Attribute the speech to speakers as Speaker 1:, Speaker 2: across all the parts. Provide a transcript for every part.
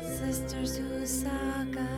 Speaker 1: sisters who saga.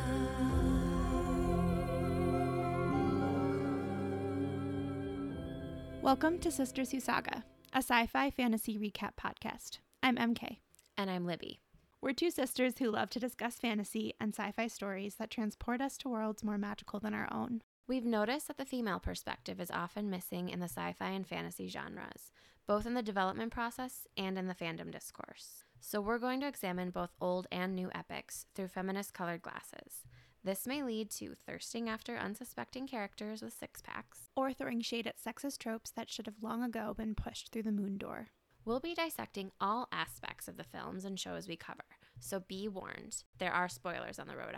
Speaker 2: Welcome to Sisters Who Saga, a sci fi fantasy recap podcast. I'm MK.
Speaker 1: And I'm Libby.
Speaker 2: We're two sisters who love to discuss fantasy and sci fi stories that transport us to worlds more magical than our own.
Speaker 1: We've noticed that the female perspective is often missing in the sci fi and fantasy genres, both in the development process and in the fandom discourse. So, we're going to examine both old and new epics through feminist colored glasses. This may lead to thirsting after unsuspecting characters with six packs.
Speaker 2: Or throwing shade at sexist tropes that should have long ago been pushed through the moon door.
Speaker 1: We'll be dissecting all aspects of the films and shows we cover, so be warned, there are spoilers on the road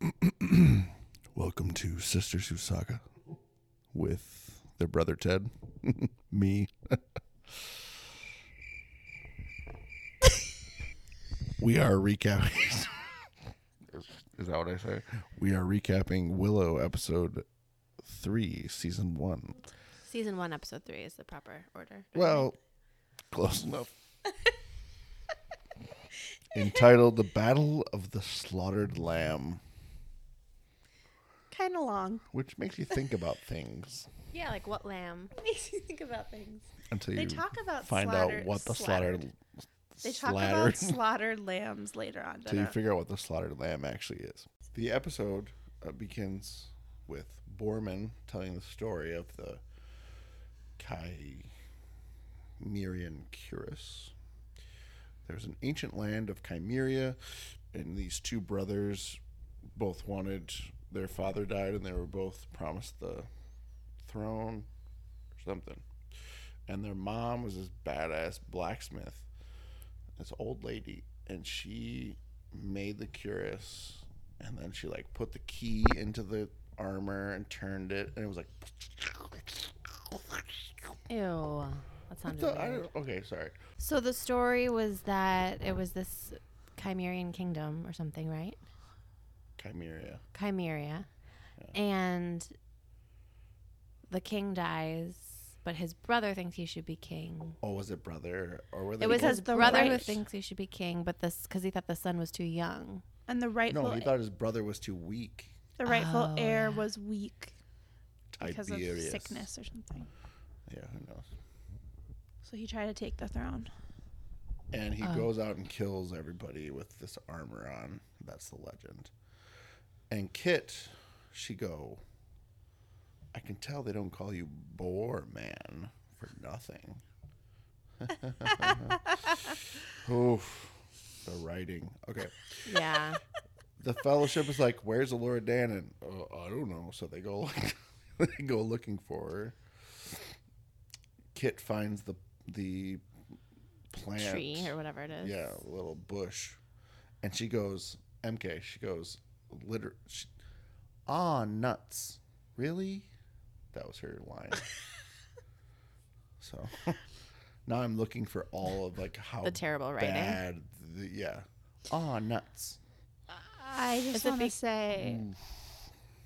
Speaker 1: ahead.
Speaker 3: Welcome to Sisters Who Saga with their brother Ted, me. we are recapping. Is that what I say? We are recapping Willow episode three, season one.
Speaker 1: Season 1, Episode 3 is the proper order.
Speaker 3: Well, close enough. Entitled The Battle of the Slaughtered Lamb,
Speaker 2: Kind of long.
Speaker 3: which makes you think about things
Speaker 1: yeah, like what lamb?
Speaker 2: Makes you think about things.
Speaker 3: until
Speaker 2: They
Speaker 3: you
Speaker 2: talk about
Speaker 3: find
Speaker 2: slaughtered-
Speaker 3: out what the
Speaker 2: slaughtered.
Speaker 3: slaughtered.
Speaker 2: They talk
Speaker 3: slaughtered-
Speaker 2: about slaughtered lambs later on.
Speaker 3: till you
Speaker 2: don't-
Speaker 3: figure out what the slaughtered lamb actually is. The episode uh, begins with Borman telling the story of the Kai Mirian Curus. There's an ancient land of Chimeria, and these two brothers both wanted their father died, and they were both promised the throne or something. And their mom was this badass blacksmith, this old lady, and she made the cuirass, and then she like put the key into the armor and turned it, and it was like.
Speaker 1: Ew. That sounded
Speaker 3: So, I
Speaker 1: weird.
Speaker 3: don't- okay, sorry.
Speaker 1: So the story was that it was this Chimerian kingdom or something, right?
Speaker 3: Chimeria.
Speaker 1: Chimeria. And the king dies, but his brother thinks he should be king.
Speaker 3: Oh, was it brother or were they?
Speaker 1: It was
Speaker 2: Because
Speaker 1: his
Speaker 2: the
Speaker 1: brother who
Speaker 2: right-
Speaker 1: thinks he should be king, but this because he thought the son was too young.
Speaker 2: And the rightful,
Speaker 3: no, he thought his brother was too weak.
Speaker 2: the rightful
Speaker 1: Oh,
Speaker 2: heir
Speaker 1: yeah.
Speaker 2: was weak because
Speaker 3: Tiberius.
Speaker 2: of sickness or something.
Speaker 3: Yeah, who knows?
Speaker 2: So he tried to take the throne.
Speaker 3: And he
Speaker 1: Oh.
Speaker 3: goes out and kills everybody with this armor on. That's the legend. And Kit, she go. I can tell they don't call you Boar Man for nothing. Oof, the writing. Okay.
Speaker 1: Yeah.
Speaker 3: the fellowship is like, "Where's Laura Dannon?" Uh, I don't know. So they go, they go looking for her. Kit finds the the plant,
Speaker 1: Tree or whatever it is.
Speaker 3: yeah, little bush, and she goes, "MK." She goes, "Liter, she, ah, nuts, really?" That was her line. so now I'm looking for all of like how
Speaker 1: The terrible writing.
Speaker 3: bad, the, yeah, ah, nuts.
Speaker 2: I just
Speaker 1: it
Speaker 2: want to
Speaker 1: be-
Speaker 2: say,
Speaker 3: Mm.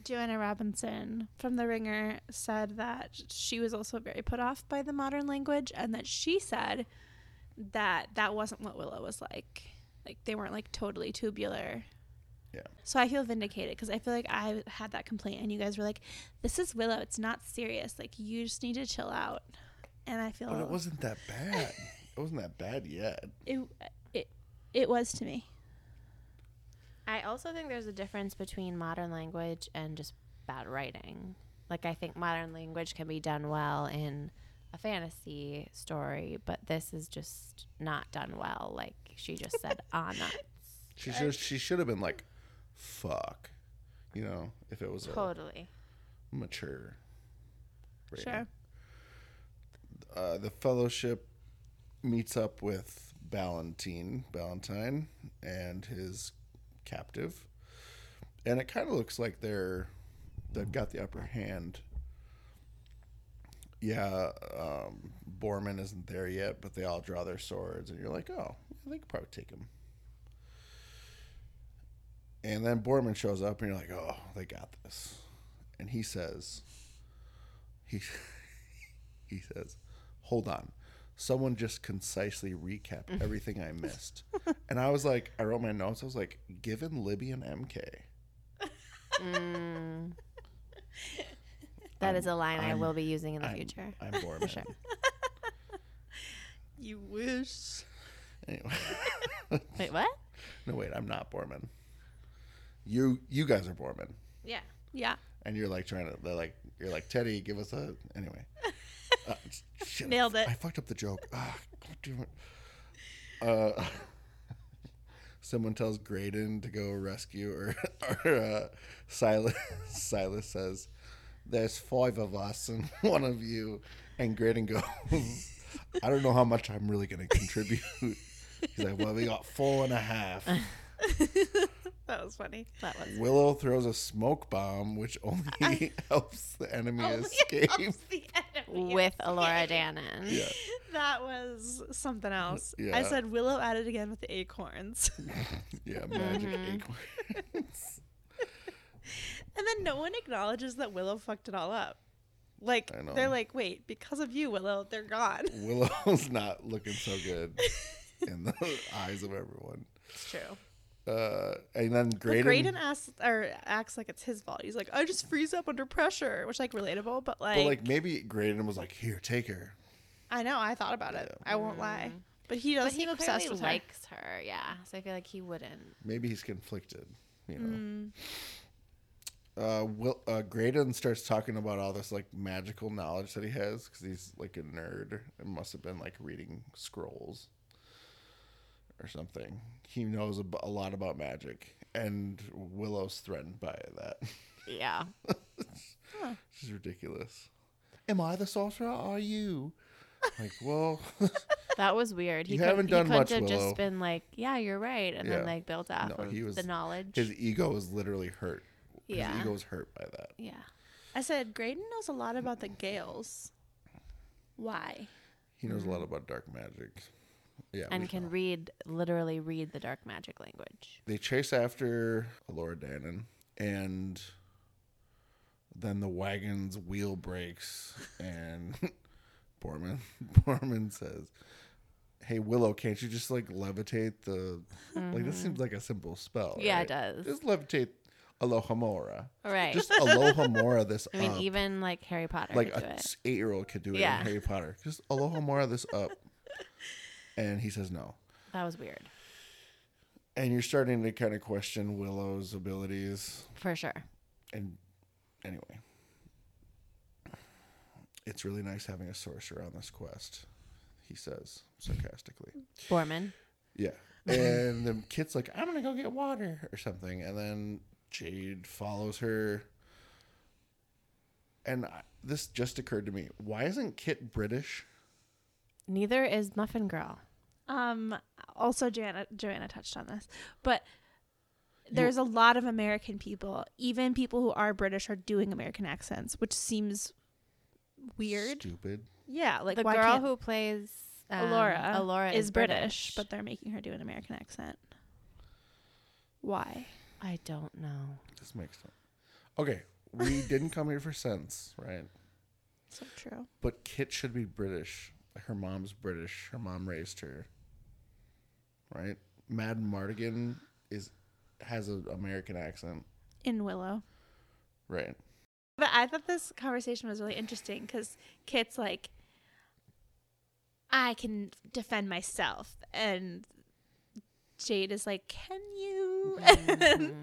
Speaker 2: Joanna Robinson from The Ringer said that she was also very put off by the modern language, and that she said that that wasn't what Willow was like. Like they weren't like totally tubular.
Speaker 3: Yeah.
Speaker 2: So I feel vindicated because I feel like I had that complaint, and you guys were like, "This is Willow. It's not serious. Like you just need to chill out." And I feel
Speaker 3: But
Speaker 1: Oh.
Speaker 3: it wasn't that bad. it wasn't that bad yet.
Speaker 2: it it, it was to me.
Speaker 1: I also think there's a difference between modern language and just bad writing. Like I think modern language can be done well in a fantasy story, but this is just not done well. Like she just said, "Ah, nuts."
Speaker 3: She should she should have been like, "Fuck," you know, if it was
Speaker 1: Totally.
Speaker 3: a mature. rating.
Speaker 2: Sure.
Speaker 3: Uh, the fellowship meets up with Valentine, Valentine, and his captive, and it kind of looks like they're they've got the upper hand. Yeah, um, Borman isn't there yet, but they all draw their swords, and you're like, oh, they could probably take him. And then Borman shows up, and you're like, oh, they got this. And he says, he he says, hold on. someone just concisely recap everything I missed. and I was like, I wrote my notes. I was like, given Libby and MK,
Speaker 1: Mm. That is a line i
Speaker 3: I'm-
Speaker 1: will be using in the
Speaker 3: I'm-
Speaker 1: future.
Speaker 3: I'm Borman.
Speaker 1: sure.
Speaker 2: You wish.
Speaker 3: Anyway.
Speaker 1: Wait, what?
Speaker 3: no, wait, I'm not Borman. You you guys are Borman,
Speaker 1: Yeah.
Speaker 2: Yeah.
Speaker 3: and you're like trying to. They're like you're like Teddy, give us a anyway. Uh, shit, I
Speaker 2: Nailed
Speaker 3: f-
Speaker 2: it.
Speaker 3: I fucked up the joke. Ah, God damn it. Uh, someone tells Graydon to go rescue, or or uh, Silas Silas says, "There's five of us and one of you," and Graydon goes, "I don't know how much I'm really going to contribute." He's like, "Well, we got four and a half."
Speaker 2: That was funny.
Speaker 1: That was.
Speaker 3: Willow throws a smoke bomb, which only helps the enemy escape.
Speaker 2: the enemy.
Speaker 1: With Alora Dannon.
Speaker 3: Yeah,
Speaker 2: That was something else.
Speaker 3: Yeah.
Speaker 2: I said Willow at it again with the acorns.
Speaker 3: yeah, magic
Speaker 1: Mhm.
Speaker 3: acorns.
Speaker 2: and then no one acknowledges that Willow fucked it all up. Like
Speaker 3: I know.
Speaker 2: they're like, wait, because of you, Willow, they're gone.
Speaker 3: Willow's not looking so good in the eyes of everyone.
Speaker 2: It's true.
Speaker 3: Uh, and then
Speaker 2: Graydon,
Speaker 3: Graydon,
Speaker 2: Graydon asks or acts like it's his fault. He's like, I just freeze up under pressure, which like relatable, but like,
Speaker 3: but like maybe Graydon was like, "Here, take her."
Speaker 2: I know I thought about it. I won't lie, but he
Speaker 1: Mm. But
Speaker 2: does.
Speaker 1: he
Speaker 2: seem obsessed
Speaker 1: clearly
Speaker 2: with
Speaker 1: likes her, yeah. So I feel like he wouldn't.
Speaker 3: Maybe he's conflicted. You
Speaker 2: her.
Speaker 3: know,
Speaker 2: Mm.
Speaker 3: uh, Will uh, Graydon starts talking about all this like magical knowledge that he has because he's like a nerd and must have been like reading scrolls or something. He knows ab- a lot about magic, and Willow's threatened by that.
Speaker 1: Yeah.
Speaker 3: This is ridiculous. Am I the sorcerer? Are you? Like, well,
Speaker 1: That was weird. He
Speaker 3: You
Speaker 1: could-
Speaker 3: haven't
Speaker 1: he
Speaker 3: done
Speaker 1: couldn't
Speaker 3: much,
Speaker 1: have
Speaker 3: Willow.
Speaker 1: just been like, yeah, you're right. And
Speaker 3: Yeah.
Speaker 1: then like built off
Speaker 3: No,
Speaker 1: of
Speaker 3: he was-
Speaker 1: the knowledge.
Speaker 3: his ego was literally hurt. His
Speaker 1: Yeah.
Speaker 3: ego was hurt by that.
Speaker 1: yeah.
Speaker 2: I said Graydon knows a lot about the Gales. Why?
Speaker 3: He knows a lot about dark magic. Yeah, we
Speaker 1: Mm. And can read, literally read the dark magic language.
Speaker 3: they chase after Laura Dannon, and then the wagon's wheel breaks, and Borman Borman says, "Hey Willow, can't you just like levitate the? Like this seems like a simple spell.
Speaker 1: Yeah,
Speaker 3: right?
Speaker 1: it does.
Speaker 3: Just levitate Alohomora.
Speaker 1: Right.
Speaker 3: Just Alohomora this
Speaker 1: I mean,
Speaker 3: up.
Speaker 1: even like Harry Potter
Speaker 3: like
Speaker 1: could do
Speaker 3: a
Speaker 1: it.
Speaker 3: eight year old could do it
Speaker 1: Yeah.
Speaker 3: in Harry Potter. Just Alohomora this up." And he says no.
Speaker 1: That was weird.
Speaker 3: And you're starting to kind of question Willow's abilities.
Speaker 1: For sure.
Speaker 3: and anyway, it's really nice having a sorcerer on this quest, he says sarcastically.
Speaker 1: Borman.
Speaker 3: Yeah. And the kid's like, I'm going to go get water or something. And then Jade follows her. And I, this just occurred to me. Why isn't Kit British?
Speaker 1: Neither is Muffin Girl.
Speaker 2: Um. Also, Joanna Joanna touched on this, but there's a lot of American people, even people who are British, are doing American accents, which seems weird.
Speaker 3: Stupid.
Speaker 2: Yeah, like
Speaker 1: the
Speaker 2: why
Speaker 1: girl
Speaker 2: can't
Speaker 1: who plays um,
Speaker 2: Alora,
Speaker 1: Alora
Speaker 2: is British, but they're making her do an American accent. Why?
Speaker 1: I don't know.
Speaker 3: This makes sense. Okay. We didn't come here for sense, right?
Speaker 2: So true.
Speaker 3: But Kit should be British. Her mom's British. Her mom raised her. Right? Mad Mardigan is has an American accent.
Speaker 2: In Willow.
Speaker 3: Right.
Speaker 2: But I thought this conversation was really interesting because Kit's like, I can defend myself. And Jade is like, Can you?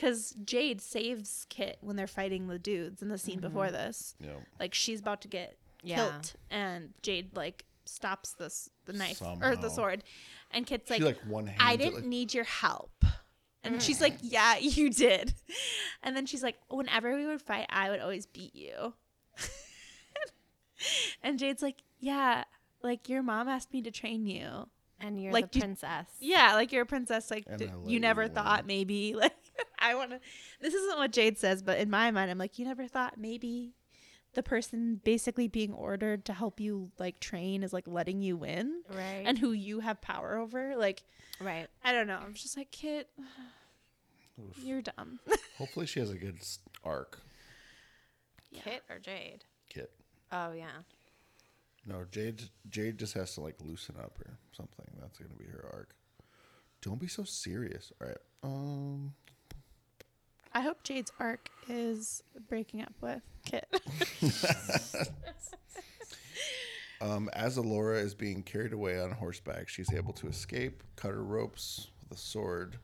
Speaker 2: Because Jade saves Kit when they're fighting the dudes in the scene before this.
Speaker 3: Yeah.
Speaker 2: Like, she's about to get
Speaker 1: Yeah.
Speaker 2: killed. And Jade, like, stops this the knife or
Speaker 3: Somehow.
Speaker 2: the sword. And Kit's
Speaker 3: she
Speaker 2: like,
Speaker 3: like Mm-hmm. one hand.
Speaker 2: I didn't need your help. And she's like, Yeah, you did. And then she's like, Whenever we would fight, I would always beat you. and Jade's like, Yeah, like your mom asked me to train you.
Speaker 1: And you're
Speaker 2: Like,
Speaker 1: the
Speaker 2: you-
Speaker 1: princess.
Speaker 2: Yeah, like you're a princess. Like
Speaker 3: And
Speaker 2: d-
Speaker 3: I let
Speaker 2: you never
Speaker 3: you win.
Speaker 2: thought maybe. Like I want to. This isn't what Jade says, but in my mind, I'm like, You never thought maybe the person basically being ordered to help you like train is like letting you win
Speaker 1: Right.
Speaker 2: and who you have power over like
Speaker 1: right.
Speaker 2: I don't know. I'm just like, Kit, you're dumb.
Speaker 3: Hopefully she has a good s- arc.
Speaker 1: Kit or Jade?
Speaker 3: Kit.
Speaker 1: Oh yeah.
Speaker 3: No, Jade. Jade just has to like loosen up or something. That's gonna be her arc. Don't be so serious. All right. Um.
Speaker 2: I hope Jade's arc is breaking up with Kit.
Speaker 3: Um, as Alora is being carried away on horseback, she's able to escape, cut her ropes with a sword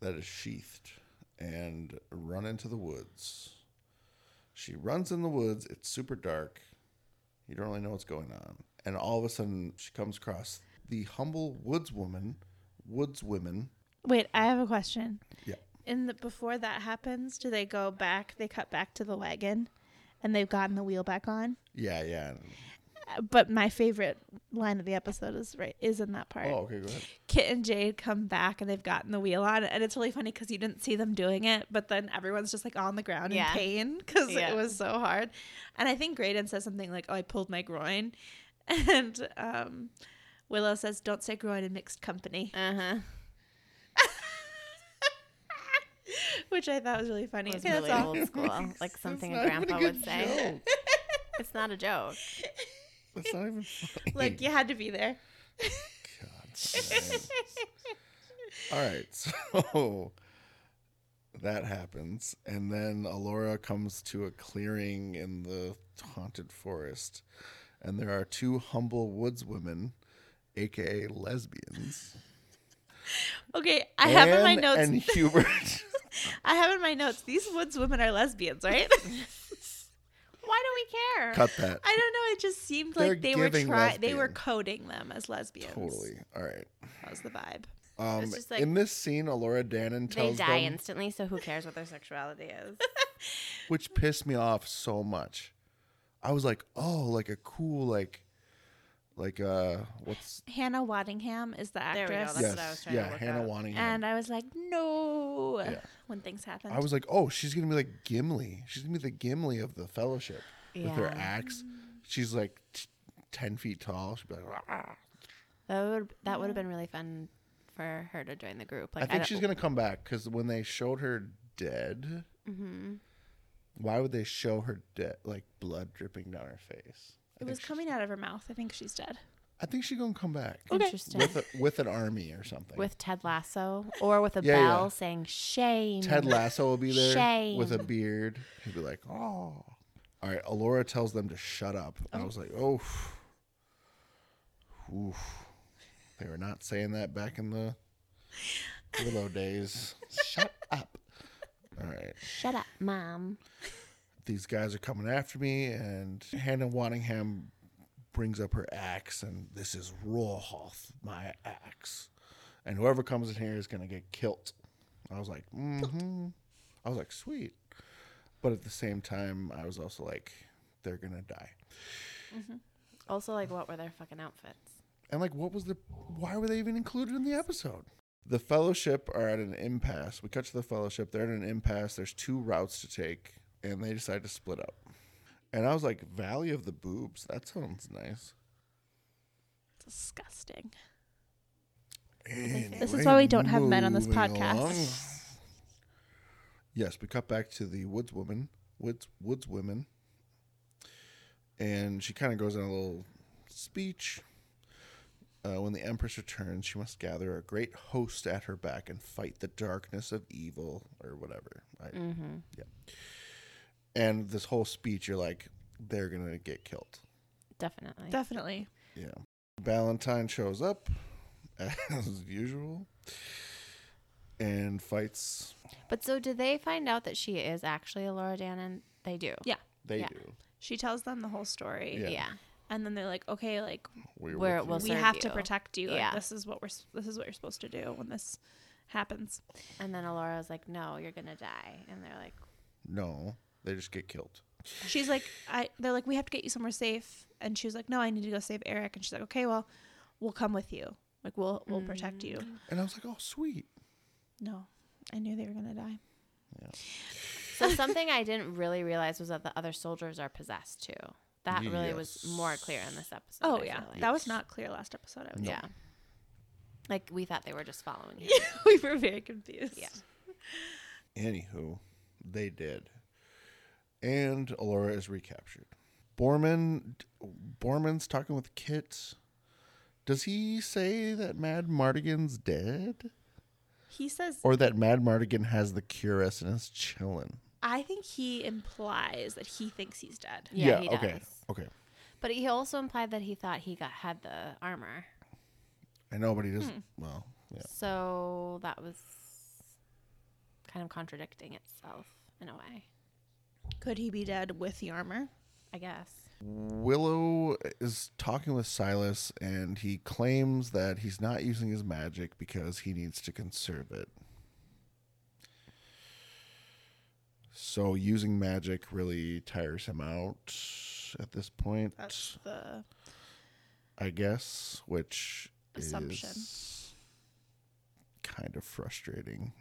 Speaker 3: that is sheathed, and run into the woods. She runs in the woods. It's super dark. You don't really know what's going on. And all of a sudden, she comes across the humble woodswoman, woodswomen.
Speaker 2: Wait, I have a question.
Speaker 3: Yeah.
Speaker 2: In the before that happens, do they go back? They cut back to the wagon, and they've gotten the wheel back on.
Speaker 3: Yeah, yeah. and-
Speaker 2: Uh, But my favorite line of the episode is right is in that part.
Speaker 3: Oh, okay, go ahead.
Speaker 2: Kit and Jade come back and they've gotten the wheel on, and it's really funny because you didn't see them doing it, but then everyone's just like on the ground
Speaker 1: Yeah.
Speaker 2: in pain because
Speaker 1: Yeah.
Speaker 2: it was so hard. And I think Graydon says something like, "Oh, I pulled my groin," and um, Willow says, "Don't say groin in mixed company,"
Speaker 1: Uh huh.
Speaker 2: which I thought was really funny.
Speaker 1: It's
Speaker 2: Okay, that's
Speaker 1: really
Speaker 2: all.
Speaker 1: old school, like something a
Speaker 3: not even
Speaker 1: grandpa
Speaker 3: good
Speaker 1: would say. It's not a joke.
Speaker 3: That's not even funny.
Speaker 2: Like you had to be there.
Speaker 3: God. damn. All right, so that happens, and then Alora comes to a clearing in the haunted forest, and there are two humble woodswomen, aka lesbians,
Speaker 2: Okay, I have in my
Speaker 3: Anne
Speaker 2: notes.
Speaker 3: and Hubert.
Speaker 2: I have in my notes. These woods women are lesbians, right?
Speaker 1: Why do we care?
Speaker 3: Cut that.
Speaker 2: I don't know. It just seemed
Speaker 3: They're
Speaker 2: like they were
Speaker 3: giving
Speaker 2: trying. They were
Speaker 3: lesbian.
Speaker 2: coding them as lesbians.
Speaker 3: Totally. All right.
Speaker 2: That was the vibe.
Speaker 3: Um,
Speaker 1: just like-
Speaker 3: in this scene, Alora Dannon
Speaker 1: They
Speaker 3: tells
Speaker 1: die
Speaker 3: them,
Speaker 1: instantly, so who cares what their sexuality is?
Speaker 3: which pissed me off so much. I was like, oh, like a cool like, like uh, what's
Speaker 2: Hannah Waddingham is the
Speaker 1: There
Speaker 2: actress.
Speaker 1: we go, Oh, That's what I was trying to
Speaker 3: yeah,
Speaker 1: look
Speaker 3: Hannah
Speaker 1: up.
Speaker 3: Waddingham.
Speaker 2: And I was like, no,
Speaker 3: Yeah.
Speaker 2: when things happen.
Speaker 3: I was like, oh, she's gonna be like Gimli. She's gonna be the Gimli of the Fellowship with her
Speaker 1: Yeah.
Speaker 3: axe. She's like t- ten feet tall. She'd be like, "Rah."
Speaker 1: That would that would have been really fun for her to join the group. Like
Speaker 3: I think
Speaker 1: don't-
Speaker 3: she's gonna come back because when they showed her dead, why would they show her dead, like blood dripping down her face? I
Speaker 2: it
Speaker 3: think
Speaker 2: was
Speaker 3: she's-
Speaker 2: coming out of her mouth. I think she's dead.
Speaker 3: I think she's gonna come back
Speaker 1: Interesting.
Speaker 3: with
Speaker 1: With,
Speaker 3: a, with an army or something.
Speaker 1: Ted Lasso or with a
Speaker 3: Yeah, yeah.
Speaker 1: bell saying shame.
Speaker 3: Ted Lasso will be there with a
Speaker 1: Shame.
Speaker 3: beard. He'll be like, oh. All right, Alora tells them to shut up. And I was like, oh. Oof. They were not saying that back in the Willow days. shut up. All right.
Speaker 1: Shut up, mom.
Speaker 3: These guys are coming after me, and Hannah Waddingham brings up her axe, and this is Rohoth, my axe. And whoever comes in here is going to get killed. I was like, mm-hmm. I was like, sweet. But at the same time, I was also like, they're going to die.
Speaker 1: Also, like, what were their fucking outfits?
Speaker 3: And like, what was the? Why were they even included in the episode? The Fellowship are at an impasse. We cut to the Fellowship. They're at an impasse. There's two routes to take, and they decide to split up. And I was like, Valley of the Boobs. That sounds nice.
Speaker 2: Disgusting.
Speaker 3: This
Speaker 2: is why we don't have men on this podcast.
Speaker 3: Yes, we cut back to the woodswoman, woods woodswomen, and she kind of goes on a little speech. Uh, when the Empress returns, she must gather a great host at her back and fight the darkness of evil or whatever. I,
Speaker 1: Mm. Mm-hmm.
Speaker 3: Yeah. And this whole speech, you're like, they're gonna get killed.
Speaker 1: Definitely.
Speaker 2: Definitely.
Speaker 3: Yeah. Valentine shows up as usual and fights.
Speaker 1: but so, do they find out that she is actually a Laura Dannon? They do.
Speaker 2: Yeah.
Speaker 3: They
Speaker 1: Yeah.
Speaker 3: do.
Speaker 2: She tells them the whole story.
Speaker 3: Yeah.
Speaker 1: Yeah.
Speaker 2: And then they're like, okay, like
Speaker 3: We're
Speaker 1: Where
Speaker 3: with
Speaker 1: it will
Speaker 3: you.
Speaker 2: we
Speaker 1: serve
Speaker 2: have to
Speaker 1: you.
Speaker 2: protect you.
Speaker 1: Yeah.
Speaker 2: Like, this is what we're s- this is what you're supposed to do when this happens.
Speaker 1: And then Alora's like, "No, you're gonna die," and they're like,
Speaker 3: No, they just get killed.
Speaker 2: She's like, I. They're like, we have to get you somewhere safe. And she was like, no, I need to go save Eric. And she's like, okay, well, we'll come with you. Like we'll we'll protect you.
Speaker 3: And I was like, oh, sweet.
Speaker 2: No, I knew they were gonna die.
Speaker 1: So something I didn't really realize was that the other soldiers are possessed too. That really was more clear in this episode.
Speaker 2: Oh
Speaker 1: I
Speaker 2: yeah,
Speaker 1: feel like.
Speaker 2: that was not clear last episode. I was
Speaker 1: yeah. Like we thought they were just following him.
Speaker 2: we were very confused.
Speaker 1: Yeah.
Speaker 3: Anywho, they did. And Alora is recaptured. Borman, Borman's talking with Kit. Does he say that Mad Mardigan's dead,
Speaker 2: He says,
Speaker 3: or that Mad Mardigan has the curious and is chilling?
Speaker 2: I think he implies that he thinks he's dead.
Speaker 1: Yeah, he
Speaker 3: okay.
Speaker 1: does.
Speaker 3: Okay.
Speaker 1: But he also implied that he thought he got had the armor.
Speaker 3: I know, but he
Speaker 1: Hmm.
Speaker 3: doesn't. Well, yeah.
Speaker 1: So that was kind of contradicting itself in a way,
Speaker 2: Could he be dead with the armor?
Speaker 1: I guess.
Speaker 3: Willow is talking with Silas, and he claims that he's not using his magic because he needs to conserve it. So using magic really tires him out at this point,
Speaker 2: That's the
Speaker 3: I guess, which
Speaker 2: Assumption.
Speaker 3: is kind of frustrating.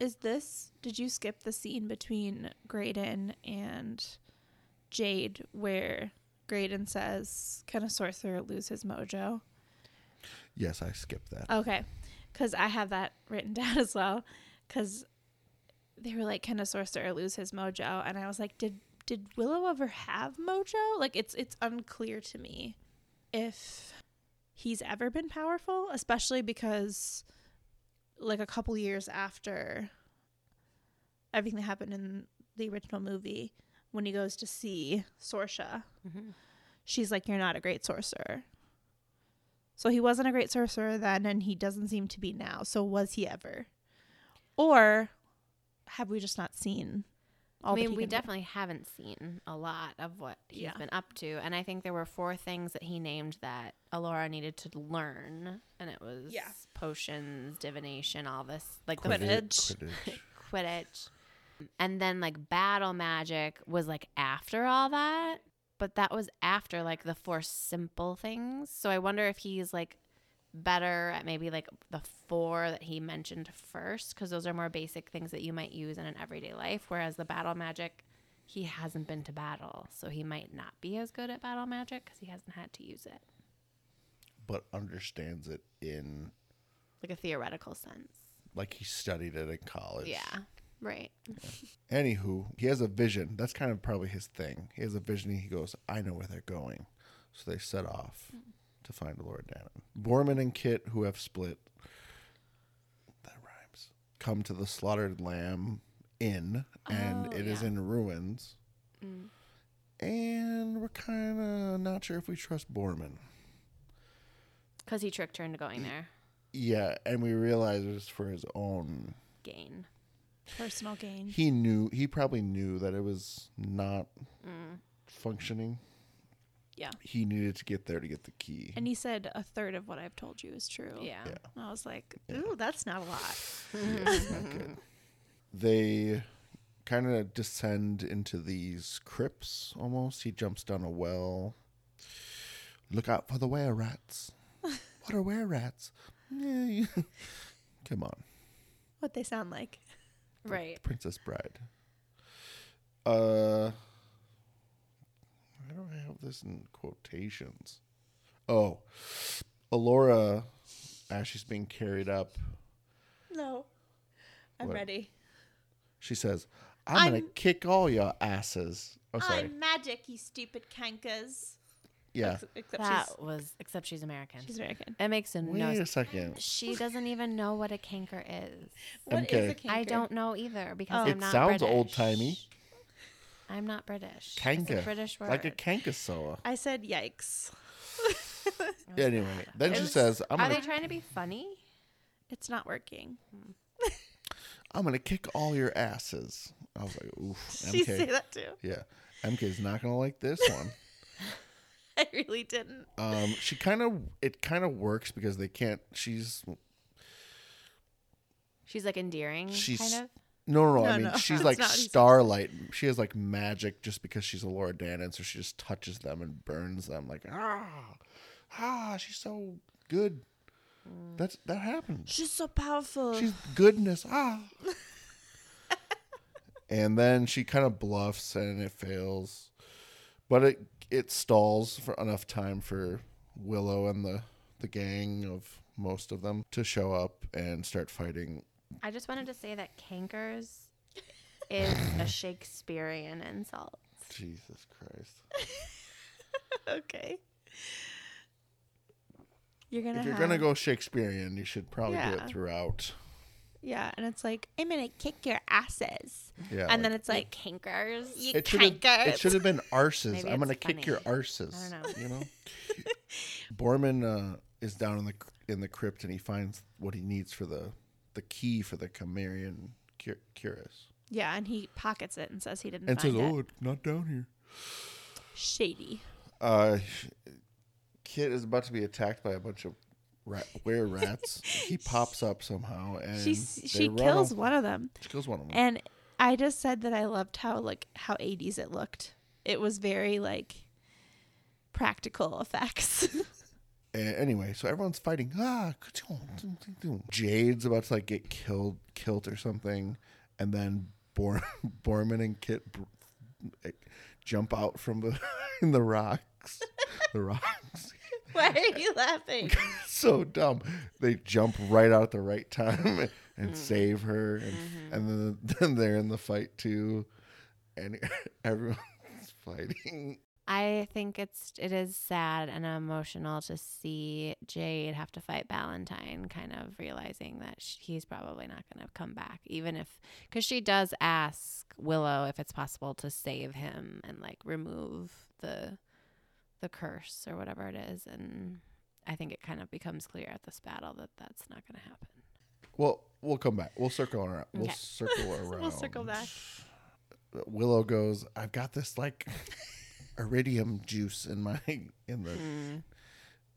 Speaker 2: Is this? Did you skip the scene between Graydon and Jade where Graydon says, "Can a sorcerer lose his mojo?"
Speaker 3: Yes, I skipped that.
Speaker 2: Okay, because I have that written down as well. Because they were like, "Can a sorcerer lose his mojo?" And I was like, "Did did Willow ever have mojo?" Like, it's it's unclear to me if he's ever been powerful, especially because like a couple years after everything that happened in the original movie, when he goes to see Sorsha,
Speaker 1: Mm-hmm.
Speaker 2: she's like, You're not a great sorcerer. So he wasn't a great sorcerer then, and he doesn't seem to be now. So was he ever? Or have we just not seen all
Speaker 1: I
Speaker 2: that
Speaker 1: mean,
Speaker 2: he
Speaker 1: we
Speaker 2: can do?
Speaker 1: definitely haven't seen a lot of what he's
Speaker 2: Yeah.
Speaker 1: been up to, and I think there were four things that he named that Alora needed to learn, and it was
Speaker 2: Yeah.
Speaker 1: potions, divination, all this, like the
Speaker 3: Quidditch-
Speaker 2: Quidditch.
Speaker 3: Quidditch.
Speaker 1: Quidditch. And then like battle magic was like after all that, but that was after like the four simple things. So I wonder if he's like better at maybe like the four that he mentioned first cuz those are more basic things that you might use in an everyday life whereas the battle magic he hasn't been to battle, so he might not be as good at battle magic cuz he hasn't had to use it
Speaker 3: but understands it in
Speaker 1: like a theoretical sense.
Speaker 3: like he studied it in college.
Speaker 1: Yeah. Right.
Speaker 3: Anywho, he has a vision. That's kind of probably his thing. He has a vision. and He goes, I know where they're going. So they set off to find Lord Dannon. Borman and Kit, who have split, that rhymes, come to the slaughtered lamb inn, and
Speaker 1: Oh,
Speaker 3: it is
Speaker 1: yeah.
Speaker 3: in ruins. And we're kind of not sure if we trust Borman.
Speaker 1: Cuz he tricked her into going there.
Speaker 3: Yeah, and we realize it's for his own
Speaker 1: Gain.
Speaker 2: personal gain.
Speaker 3: he knew he probably knew that it was not functioning
Speaker 2: Mm. Yeah.
Speaker 3: he needed to get there to get the key
Speaker 2: And he said a third of what I've told you is true.
Speaker 1: Yeah.
Speaker 3: Yeah.
Speaker 2: And I was like, ooh, that's not a lot.
Speaker 3: they kind of descend into these crypts almost he jumps down a well look out for the were rats what are were rats Eh, come on
Speaker 2: What they sound like.
Speaker 1: Right.
Speaker 3: princess bride uh why do i have this in quotations oh Alora, as she's being carried up,
Speaker 2: No. I'm
Speaker 3: What?
Speaker 2: ready.
Speaker 3: she says, I'm, gonna
Speaker 2: I'm-
Speaker 3: kick all your asses. Oh, sorry.
Speaker 2: I'm magic, you stupid cankers.
Speaker 3: yeah.
Speaker 2: Ex- Except
Speaker 1: That
Speaker 2: she's,
Speaker 1: was except she's American.
Speaker 2: she's American.
Speaker 1: it makes
Speaker 3: Wait
Speaker 1: no
Speaker 3: a
Speaker 1: sense.
Speaker 3: second.
Speaker 1: She doesn't even know what a canker is.
Speaker 2: What is
Speaker 3: MK.
Speaker 2: a canker?
Speaker 1: I don't know either because
Speaker 2: Oh.
Speaker 1: I'm
Speaker 3: It
Speaker 1: not
Speaker 3: sounds
Speaker 1: British.
Speaker 3: old-timey.
Speaker 1: I'm not British.
Speaker 3: Canker.
Speaker 1: It's a British word.
Speaker 3: Like a cankersaw.
Speaker 2: I said yikes.
Speaker 3: Anyway, then she
Speaker 1: It's-
Speaker 3: says, I'm
Speaker 1: Are
Speaker 3: gonna,
Speaker 1: they trying to be funny?
Speaker 2: It's not working.
Speaker 3: I'm gonna kick all your asses. I was like, oof,
Speaker 2: She
Speaker 3: MK.
Speaker 2: said that too.
Speaker 3: yeah. MK's not gonna like this one.
Speaker 2: I really didn't.
Speaker 3: um she kind of it kind of works because they can't she's
Speaker 1: She's like endearing,
Speaker 3: She's-
Speaker 1: kind of.
Speaker 3: no no, no i
Speaker 2: No,
Speaker 3: mean
Speaker 2: no,
Speaker 3: she's
Speaker 2: that's
Speaker 3: like
Speaker 2: not what he said.
Speaker 3: starlight she has like magic just because she's a laura dannon so she just touches them and burns them like ah ah she's so good that's that happens
Speaker 2: She's so powerful.
Speaker 3: she's goodness ah and then she kind of bluffs and it fails but it it stalls for enough time for willow and the the gang of most of them to show up and start fighting
Speaker 1: I just wanted to say that cankers is a Shakespearean insult.
Speaker 3: Jesus Christ.
Speaker 2: okay. You're gonna.
Speaker 3: If you're going to
Speaker 2: have-
Speaker 3: go Shakespearean, you should probably do
Speaker 2: Yeah.
Speaker 3: it throughout.
Speaker 2: Yeah, and it's like I'm gonna kick your asses,
Speaker 3: Yeah.
Speaker 2: and then it's
Speaker 1: Like
Speaker 2: like
Speaker 1: kinkers. You
Speaker 3: it should have it
Speaker 1: kinkers.
Speaker 3: should have been arses.
Speaker 1: Maybe it's
Speaker 3: I'm gonna kick your
Speaker 1: funny.
Speaker 3: arses.
Speaker 1: I don't know.
Speaker 3: You know, Borman uh, is down in the in the crypt and he finds what he needs for the the key for the Chimerian cur- curious.
Speaker 2: yeah, and he pockets it and says he didn't
Speaker 3: And
Speaker 2: find
Speaker 3: says,
Speaker 2: it.
Speaker 3: "Oh, it's not down here."
Speaker 2: Shady.
Speaker 3: Uh, Kit is about to be attacked by a bunch of rat, were rats. he pops up somehow and
Speaker 2: She s-
Speaker 3: they
Speaker 2: she
Speaker 3: run
Speaker 2: kills
Speaker 3: off-
Speaker 2: one of them,
Speaker 3: She kills one of them.
Speaker 2: and I just said that I loved how like how 80s it looked. It was very like practical effects.
Speaker 3: And anyway, so everyone's fighting. Ah, Jade's about to like get killed, kilt or something, and then Bor- Borman and Kit br- like, jump out from the in the rocks. The rocks,
Speaker 2: Why are you laughing?
Speaker 3: so dumb. They jump right out at the right time and
Speaker 2: Mm-hmm.
Speaker 3: save her, and, and then, then they're in the fight too, and everyone's fighting.
Speaker 1: I think it's it is sad and emotional to see Jade have to fight Valentine, kind of realizing that sh he's probably not going to come back, even if because she does ask Willow if it's possible to save him and like remove the the curse or whatever it is, and I think it kind of becomes clear at this battle that that's not going to happen.
Speaker 3: Well, we'll come back. We'll circle around. We'll
Speaker 1: Okay.
Speaker 3: circle around.
Speaker 2: We'll circle back.
Speaker 3: Willow goes, "I've got this like iridium juice in my in
Speaker 2: Hmm.
Speaker 3: the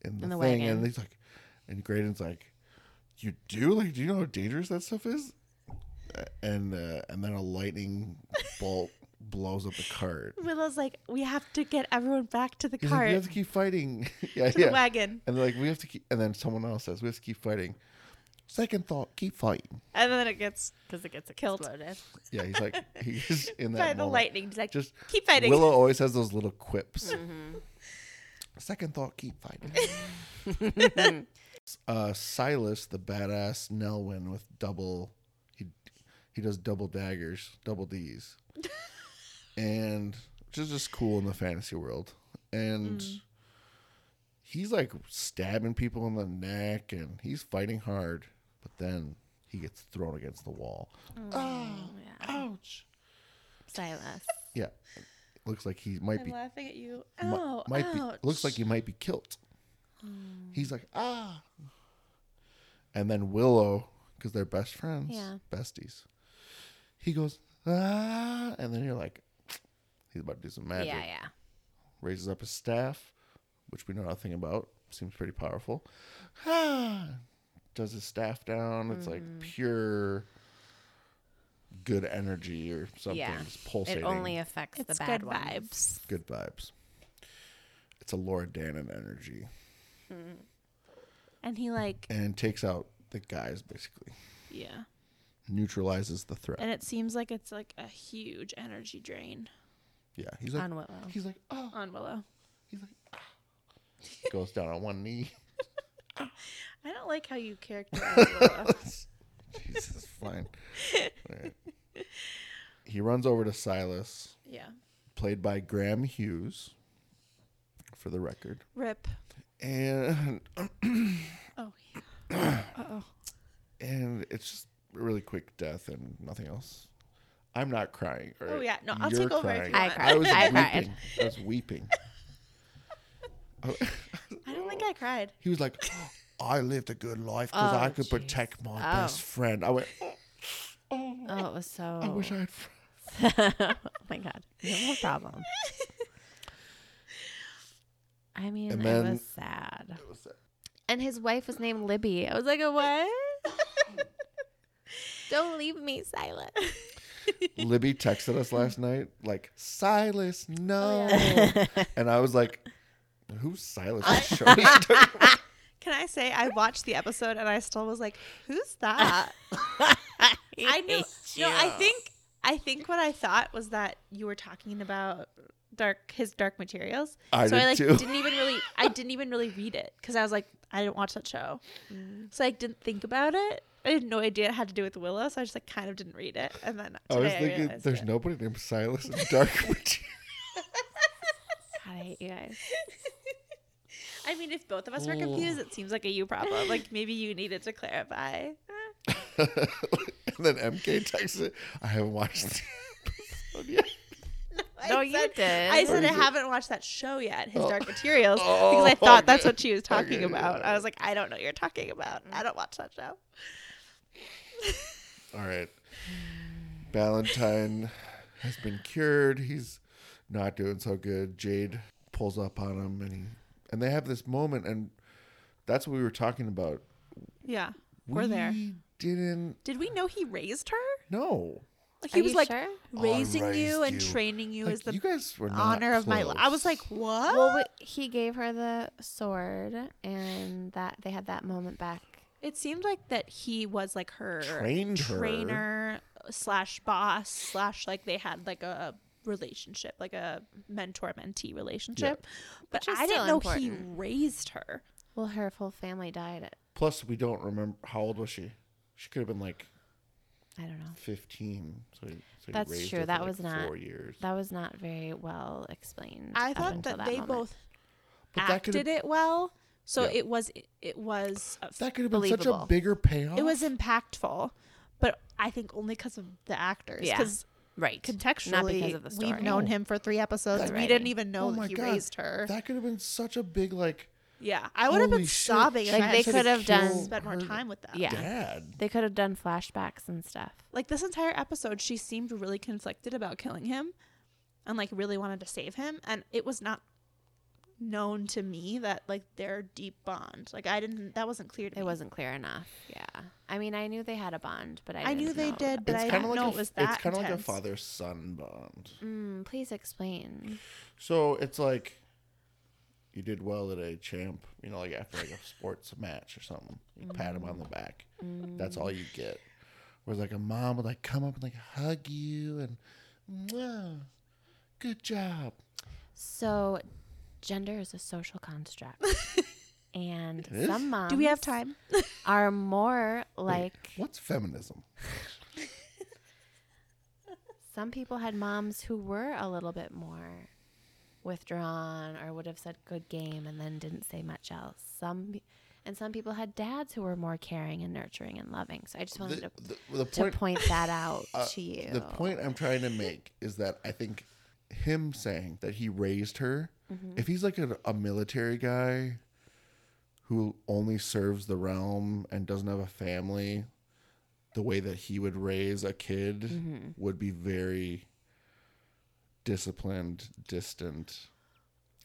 Speaker 3: in
Speaker 1: the
Speaker 3: the, thing,"
Speaker 1: wagon.
Speaker 3: and he's like, and Graydon's like, "You do like? Do you know how dangerous that stuff is?" Uh, And uh, and then a lightning bolt blows up the cart.
Speaker 2: Willow's like, we have to get everyone back to the
Speaker 3: He's like,
Speaker 2: cart,
Speaker 3: "We have to keep fighting." yeah,
Speaker 2: to the
Speaker 3: yeah.
Speaker 2: wagon,
Speaker 3: And they're like, "We have to keep," and then someone else says, "We have to keep fighting." Second thought, keep fighting.
Speaker 2: and then it gets
Speaker 1: Because it gets
Speaker 2: Killed.
Speaker 3: Yeah, he's like, he's in that
Speaker 2: by the
Speaker 3: moment.
Speaker 2: lightning. He's like,
Speaker 3: Just
Speaker 2: keep fighting.
Speaker 3: Willow always has those little quips. Second thought, keep fighting. uh, Silas, the badass Nelwyn with double, he he does double daggers, double D's, and which is just cool in the fantasy world. And he's like stabbing people in the neck, and he's fighting hard, but then he gets thrown against the wall. Oh,
Speaker 1: yeah.
Speaker 3: ouch!
Speaker 1: Silas.
Speaker 3: Yeah, looks like he might
Speaker 2: I'm
Speaker 3: be
Speaker 2: laughing at you.
Speaker 3: mi-
Speaker 2: Oh,
Speaker 3: might be
Speaker 2: ouch.
Speaker 3: looks like he might be killed.
Speaker 1: Hmm.
Speaker 3: He's like ah, and then Willow because they're best friends,
Speaker 1: Yeah.
Speaker 3: besties. He goes ah, and then you're like, he's about to do some magic.
Speaker 1: Yeah, yeah.
Speaker 3: Raises up his staff, which we know nothing about. Seems pretty powerful. Ah, does his staff down. It's like
Speaker 1: Mm-hmm.
Speaker 3: pure good energy or something.
Speaker 1: Yeah.
Speaker 3: Just pulsating
Speaker 1: It only affects
Speaker 2: it's
Speaker 1: the bad
Speaker 2: good
Speaker 1: ones.
Speaker 2: vibes.
Speaker 3: good vibes. It's a Laura Dannon energy,
Speaker 2: And he like,
Speaker 3: and takes out the guys basically,
Speaker 2: yeah.
Speaker 3: neutralizes the threat.
Speaker 2: And it seems like it's like a huge energy drain
Speaker 3: yeah, he's like,
Speaker 1: on Willow.
Speaker 3: he's like, oh,
Speaker 2: on Willow.
Speaker 3: he's like, ah. goes down on one knee.
Speaker 2: I don't like how you characterize Willow.
Speaker 3: Jesus, fine. All right. He runs over to Silas,
Speaker 2: Yeah.
Speaker 3: played by Graham Hughes, for the record,
Speaker 2: Rip.
Speaker 3: and
Speaker 2: Oh. Uh oh.
Speaker 3: and it's just a really quick death and nothing else. I'm not crying. all
Speaker 2: Oh,
Speaker 3: right?
Speaker 2: yeah. No, I'll
Speaker 3: You're
Speaker 2: take over if you
Speaker 3: crying.
Speaker 1: I
Speaker 3: I
Speaker 1: cried.
Speaker 3: was
Speaker 1: I cried.
Speaker 3: weeping. I was weeping.
Speaker 2: I don't think I cried.
Speaker 3: Oh, He was like, "Oh, "I lived a good life because
Speaker 1: Oh,
Speaker 3: I could
Speaker 1: jeez.
Speaker 3: protect my
Speaker 1: Oh.
Speaker 3: best friend." I went,
Speaker 1: Oh, it was so.
Speaker 3: "I wish I had." Friends.
Speaker 1: oh my god, no problem. I mean,
Speaker 3: And then-
Speaker 1: it was sad.
Speaker 3: It was sad.
Speaker 1: And his wife was named Libby. I was like, what? Don't leave me silent.
Speaker 3: Libby texted us last night, like, "Silas,
Speaker 2: Oh,
Speaker 3: no," and I was like, "Who's Silas?" I showed it to her.
Speaker 2: Can I say I watched the episode and I still was like, "Who's that?" I knew. No, I think I think what I thought was that you were talking about dark his dark materials.
Speaker 3: I
Speaker 2: so I
Speaker 3: did
Speaker 2: like
Speaker 3: too.
Speaker 2: didn't even really I didn't even really read it because I was like I didn't watch that show, so I didn't think about it. I had no idea it had to do with Willow, so I just like kind of didn't read it. And then
Speaker 3: I was
Speaker 2: today I
Speaker 3: thinking,
Speaker 2: realized
Speaker 3: "There's
Speaker 2: it.
Speaker 3: nobody named Silas in Dark Materials."
Speaker 1: God, I hate you guys.
Speaker 2: I mean, if both of us were confused, it seems like a you problem. Like maybe you needed to clarify.
Speaker 3: and then MK texts it. I haven't watched the episode yet.
Speaker 2: I
Speaker 1: No, you
Speaker 2: said-
Speaker 1: did.
Speaker 2: I said I
Speaker 3: Or is it-
Speaker 2: haven't watched that show yet, His
Speaker 3: Oh.
Speaker 2: Dark Materials,
Speaker 3: Oh,
Speaker 2: because I thought that's
Speaker 3: okay.
Speaker 2: what she was talking
Speaker 3: Okay,
Speaker 2: about.
Speaker 3: yeah.
Speaker 2: I was like, I don't know what you're talking about. I don't watch that show.
Speaker 3: All right. Valentine has been cured. He's not doing so good. Jade pulls up on him and he and they have this moment and that's what we were talking about.
Speaker 2: Yeah, we're there.
Speaker 3: We Didn't
Speaker 2: Did we know he raised her?
Speaker 3: know.
Speaker 2: Like
Speaker 1: Are
Speaker 2: he was
Speaker 1: you
Speaker 2: like
Speaker 1: sure?
Speaker 2: raising
Speaker 3: I
Speaker 2: you
Speaker 3: raised
Speaker 2: and
Speaker 3: you.
Speaker 2: training you
Speaker 3: Like,
Speaker 2: as the
Speaker 3: you guys were not
Speaker 2: honor of my life. I was like,
Speaker 3: close.
Speaker 2: what?
Speaker 1: Well, wait, he gave her the sword, and that they had that moment back.
Speaker 2: it seemed like that he was like her
Speaker 3: Trained her.
Speaker 2: trainer slash boss slash like they had like a relationship, like a mentor mentee relationship. But
Speaker 1: Which is
Speaker 2: I
Speaker 1: still
Speaker 2: didn't know he
Speaker 1: important.
Speaker 2: raised her.
Speaker 1: Well, her whole family died. At,
Speaker 3: Plus, we don't remember how old was she. She could have been like
Speaker 1: I don't know.
Speaker 3: fifteen. So, he- so he
Speaker 1: That's
Speaker 3: raised
Speaker 1: true.
Speaker 3: her for,
Speaker 1: That
Speaker 3: like,
Speaker 1: was not-
Speaker 3: four years.
Speaker 1: That was not very well explained.
Speaker 2: I
Speaker 1: up
Speaker 2: thought
Speaker 1: until
Speaker 2: that, they
Speaker 1: moment.
Speaker 2: both
Speaker 3: But that could've-
Speaker 2: acted it well, so
Speaker 3: Yeah.
Speaker 2: it was it was uh,
Speaker 3: That could have been such a
Speaker 1: Believable.
Speaker 3: bigger payoff.
Speaker 2: it was impactful, but I think only because of the actors.
Speaker 1: Yeah.
Speaker 2: Because
Speaker 1: right.
Speaker 2: contextually,
Speaker 1: of the
Speaker 2: we've
Speaker 1: story.
Speaker 2: known him for three episodes.
Speaker 1: That's
Speaker 2: we
Speaker 1: right.
Speaker 2: didn't even know
Speaker 3: Oh
Speaker 2: that
Speaker 3: my
Speaker 2: he
Speaker 3: God.
Speaker 2: raised her.
Speaker 3: That could have been such a big like
Speaker 2: yeah, I would have been
Speaker 3: Holy shit.
Speaker 2: sobbing. if
Speaker 1: Like,
Speaker 2: I had
Speaker 1: they
Speaker 2: to
Speaker 1: could have
Speaker 2: kill-
Speaker 1: done-
Speaker 2: spent more
Speaker 3: her-
Speaker 2: time with them.
Speaker 1: Yeah.
Speaker 3: dad.
Speaker 1: They could have done flashbacks and stuff.
Speaker 2: like this entire episode, she seemed really conflicted about killing him, and like really wanted to save him, and it was not known to me that like their deep bond like i didn't that wasn't clear to me
Speaker 1: It wasn't clear enough. Yeah. I mean, I knew they had a bond, but I,
Speaker 2: I knew
Speaker 1: didn't
Speaker 2: they
Speaker 1: know
Speaker 2: did,
Speaker 1: that
Speaker 2: but
Speaker 1: they
Speaker 2: I
Speaker 1: had-
Speaker 3: kinda
Speaker 2: didn't
Speaker 3: like
Speaker 2: know
Speaker 3: a,
Speaker 2: it was
Speaker 3: It's
Speaker 2: that
Speaker 3: kind of like a
Speaker 2: intense.
Speaker 3: father son bond.
Speaker 1: Mm, please explain.
Speaker 3: So it's like you did well today, champ. You know, like after like a sports match or something, you pat him on the back. That's all you get. Whereas like a mom would like come up and like hug you and, "Mwah, good job.
Speaker 1: So, gender is a social construct, and
Speaker 3: It is?
Speaker 1: some moms
Speaker 2: do we have time
Speaker 1: are more
Speaker 3: Wait,
Speaker 1: like
Speaker 3: what's feminism?
Speaker 1: some people had moms who were a little bit more withdrawn or would have said good game and then didn't say much else. Some pe- and some people had dads who were more caring and nurturing and loving. So I just wanted
Speaker 3: The,
Speaker 1: to
Speaker 3: the, the
Speaker 1: to
Speaker 3: point,
Speaker 1: point that out
Speaker 3: uh,
Speaker 1: to you.
Speaker 3: the point I'm trying to make is that I think him saying that he raised her, if he's like a, a military guy who only serves the realm and doesn't have a family, the way that he would raise a kid would be very disciplined, distant.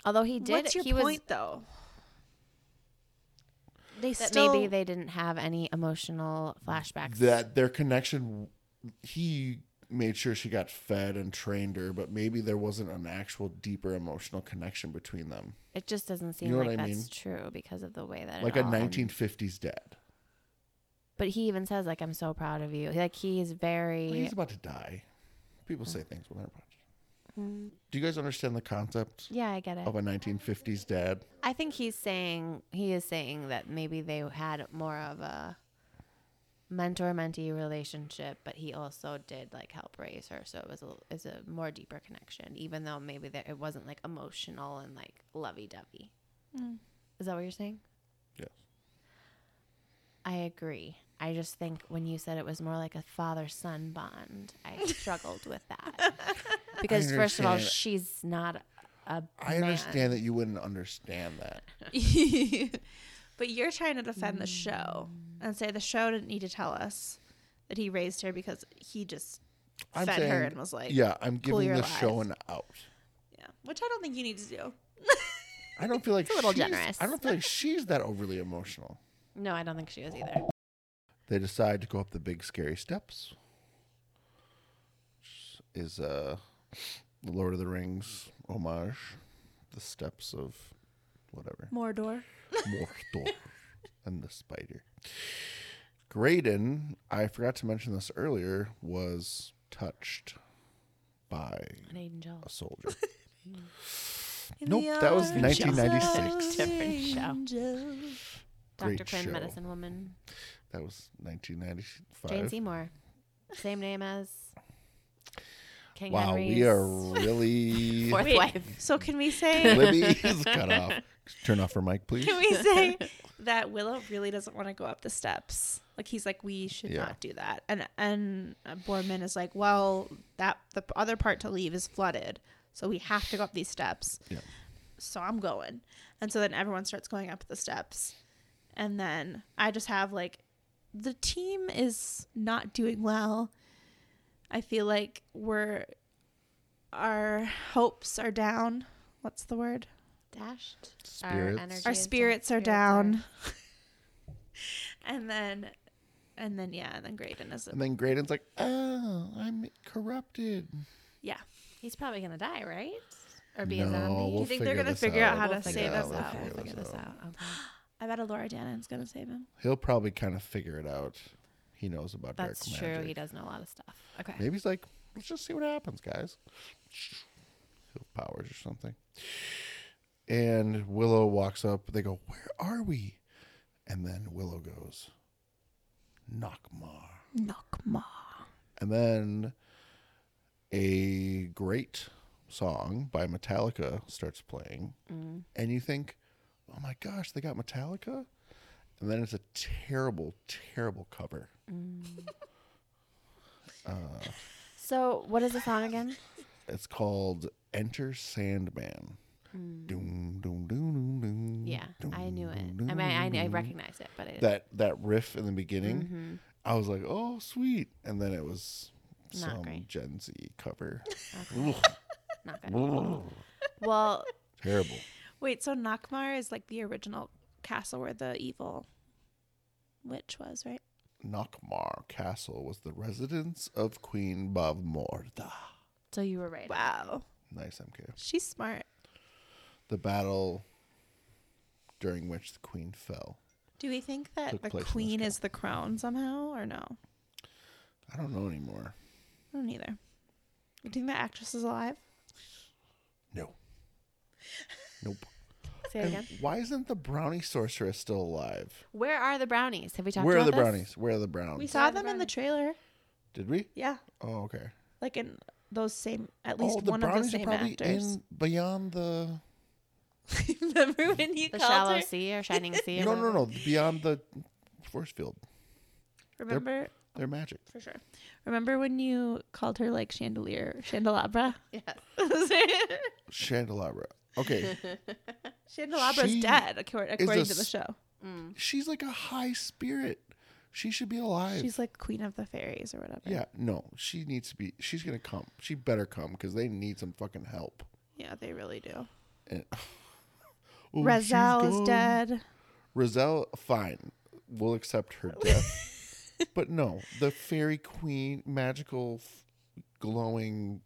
Speaker 1: Although he did,
Speaker 2: What's your
Speaker 1: he
Speaker 2: point, though? They
Speaker 1: was that maybe they didn't have any emotional flashbacks.
Speaker 3: that their connection he made sure she got fed and trained her but maybe there wasn't an actual deeper emotional connection between them
Speaker 1: it just doesn't seem
Speaker 3: know what
Speaker 1: like
Speaker 3: I
Speaker 1: that's
Speaker 3: mean?
Speaker 1: true because of the way that it
Speaker 3: like a
Speaker 1: all ended.
Speaker 3: 1950s dad
Speaker 1: But he even says like, "I'm so proud of you." Like he's very.
Speaker 3: Well, he's about to die people say things when they're about to do you guys understand the concept
Speaker 1: yeah, I get it.
Speaker 3: of a 1950s dad
Speaker 1: I think he's saying he is saying that maybe they had more of a mentor mentee relationship, but he also did like help raise her, so it was a is a more deeper connection, even though maybe that it wasn't like emotional and like lovey dovey. Is that what you're saying?
Speaker 3: yes
Speaker 1: I agree. I just think when you said it was more like a father son bond, I struggled with that because first of all,
Speaker 3: understand.
Speaker 1: she's not a
Speaker 3: i
Speaker 1: man.
Speaker 3: understand that you wouldn't understand that
Speaker 2: they. but you're trying to defend the show and say the show didn't need to tell us that he raised her because he just
Speaker 3: i'm
Speaker 2: fed
Speaker 3: saying
Speaker 2: her and was like,
Speaker 3: yeah i'm giving
Speaker 2: your
Speaker 3: the
Speaker 2: life."
Speaker 3: show an out
Speaker 2: yeah. Which I don't think you need to do.
Speaker 3: i don't feel like
Speaker 1: a little
Speaker 3: she's-
Speaker 1: generous.
Speaker 3: i don't feel like she's that overly emotional
Speaker 1: No, I don't think she is either.
Speaker 3: They decide to go up the big scary steps. Which is uh the Lord of the Rings homage. The steps of whatever.
Speaker 2: Mordor.
Speaker 3: Mordor and the spider. Graydon, I forgot to mention this earlier, was touched by
Speaker 1: An angel.
Speaker 3: a soldier. Nope, that was
Speaker 2: arms
Speaker 3: 1996.
Speaker 2: of the
Speaker 1: Different show.
Speaker 2: angel.
Speaker 1: Dr.
Speaker 3: Great
Speaker 1: Quinn,
Speaker 3: show.
Speaker 1: medicine woman.
Speaker 3: That was
Speaker 1: Jane
Speaker 3: 1995.
Speaker 1: Seymour. Same name as King
Speaker 3: Wow,
Speaker 1: Henry's
Speaker 3: we are really
Speaker 1: fourth
Speaker 2: Wait.
Speaker 1: wife.
Speaker 2: So can we say
Speaker 3: Libby's cut off. Turn off her mic, please.
Speaker 2: can we say that Willow really doesn't want to go up the steps? Like he's like, we should
Speaker 3: Yeah.
Speaker 2: not do that. And and uh, Borman is like, well, that the p- other part to leave is flooded, so we have to go up these steps.
Speaker 3: Yeah.
Speaker 2: So I'm going, and so then everyone starts going up the steps, and then I just have like, the team is not doing well. I feel like we're our hopes are down. What's the word?
Speaker 1: Dashed.
Speaker 3: Spirits.
Speaker 1: energy
Speaker 2: our
Speaker 1: is down.
Speaker 2: spirits are
Speaker 1: Spirits
Speaker 2: down. and then, and then yeah, and then Graydon is
Speaker 3: And then Graydon's like, oh, I'm corrupted.
Speaker 2: yeah.
Speaker 1: He's probably gonna die, right? Or be
Speaker 3: no,
Speaker 1: a zombie.
Speaker 3: We'll
Speaker 2: You think they're
Speaker 3: figure
Speaker 2: gonna
Speaker 3: this
Speaker 2: figure out how
Speaker 1: We'll
Speaker 2: to
Speaker 1: figure
Speaker 2: save
Speaker 1: this
Speaker 2: us
Speaker 3: we'll
Speaker 1: out.
Speaker 2: out.
Speaker 1: We'll
Speaker 3: figure
Speaker 1: figure
Speaker 3: this
Speaker 1: this
Speaker 3: out.
Speaker 1: out. Okay.
Speaker 2: I bet Laura Dannon's gonna save him.
Speaker 3: He'll probably kind of figure it out. He knows about
Speaker 1: That's
Speaker 3: dark
Speaker 1: true.
Speaker 3: magic.
Speaker 1: He does know a lot of stuff. Okay.
Speaker 3: Maybe he's like, let's just see what happens, guys. He'll powers or something. And Willow walks up. They go, where are we? And then Willow goes, Nockmar.
Speaker 2: Nokma.
Speaker 3: And then a great song by Metallica starts playing.
Speaker 1: Mm.
Speaker 3: And you think, oh my gosh, they got Metallica? And then it's a terrible, terrible cover. Uh,
Speaker 1: So what is the song again?
Speaker 3: it's called Enter Sandman. Doom, doom, doom, doom, doom,
Speaker 1: Hmm. Yeah, I
Speaker 3: doom,
Speaker 1: knew it.
Speaker 3: doom,
Speaker 1: I mean, I,
Speaker 3: doom,
Speaker 1: I
Speaker 3: doom.
Speaker 1: recognize it, Mm-hmm. but I didn't.
Speaker 3: that that riff in the beginning. I was like, oh sweet, and then it was
Speaker 1: Not
Speaker 3: some
Speaker 1: great.
Speaker 3: Gen Z cover.
Speaker 1: Okay. Not good.
Speaker 3: Ugh.
Speaker 1: Well,
Speaker 3: Terrible.
Speaker 2: Wait, so Nokmar is like the original castle where the evil witch was, right?
Speaker 3: Nokmar Castle was the residence of Queen Bavmorda.
Speaker 1: so you were right.
Speaker 2: Wow,
Speaker 3: Nice MK.
Speaker 2: she's smart.
Speaker 3: The battle during which the queen fell.
Speaker 2: Do we think that
Speaker 3: Took
Speaker 2: the
Speaker 3: place in this
Speaker 2: queen is the crown somehow, or no? I
Speaker 3: I don't know anymore.
Speaker 2: don't either. Do you think that actress is alive?
Speaker 3: No. Nope.
Speaker 1: Say it
Speaker 3: And
Speaker 1: again.
Speaker 3: Why isn't the brownie sorceress still alive?
Speaker 1: Where are the brownies? Have we talked
Speaker 3: Where are
Speaker 1: about
Speaker 3: the
Speaker 1: this?
Speaker 3: brownies? Where are the brownies?
Speaker 2: We
Speaker 1: Sorry,
Speaker 2: saw
Speaker 1: the
Speaker 2: them in the
Speaker 1: brownies.
Speaker 2: trailer.
Speaker 3: Did we?
Speaker 2: Yeah,
Speaker 3: Oh, okay.
Speaker 2: like in those same at least
Speaker 3: oh,
Speaker 2: one of the same actors.
Speaker 3: beyond the.
Speaker 2: Remember when you
Speaker 1: The
Speaker 2: called
Speaker 1: shallow
Speaker 2: her?
Speaker 1: sea or shining sea? or
Speaker 3: No, no,
Speaker 1: whatever?
Speaker 3: no. Beyond the force field.
Speaker 2: Remember
Speaker 3: They're magic.
Speaker 2: for sure. Remember when you called her like chandelier, candelabra?
Speaker 1: Yes.
Speaker 3: Chandelabra. Okay.
Speaker 2: Candelabra's
Speaker 3: She
Speaker 2: dead accor- according
Speaker 3: a
Speaker 2: to the
Speaker 3: s-
Speaker 2: show.
Speaker 3: She's like a high spirit. She should be alive.
Speaker 2: She's like queen of the fairies or whatever.
Speaker 3: yeah, no. She needs to be. She's going to come. She better come because they need some fucking help.
Speaker 2: Yeah, they really do.
Speaker 3: And, Oh, she's
Speaker 2: Razel is
Speaker 3: gone.
Speaker 2: dead.
Speaker 3: Roselle, fine. We'll accept her death. but no, the fairy queen, magical, f- glowing,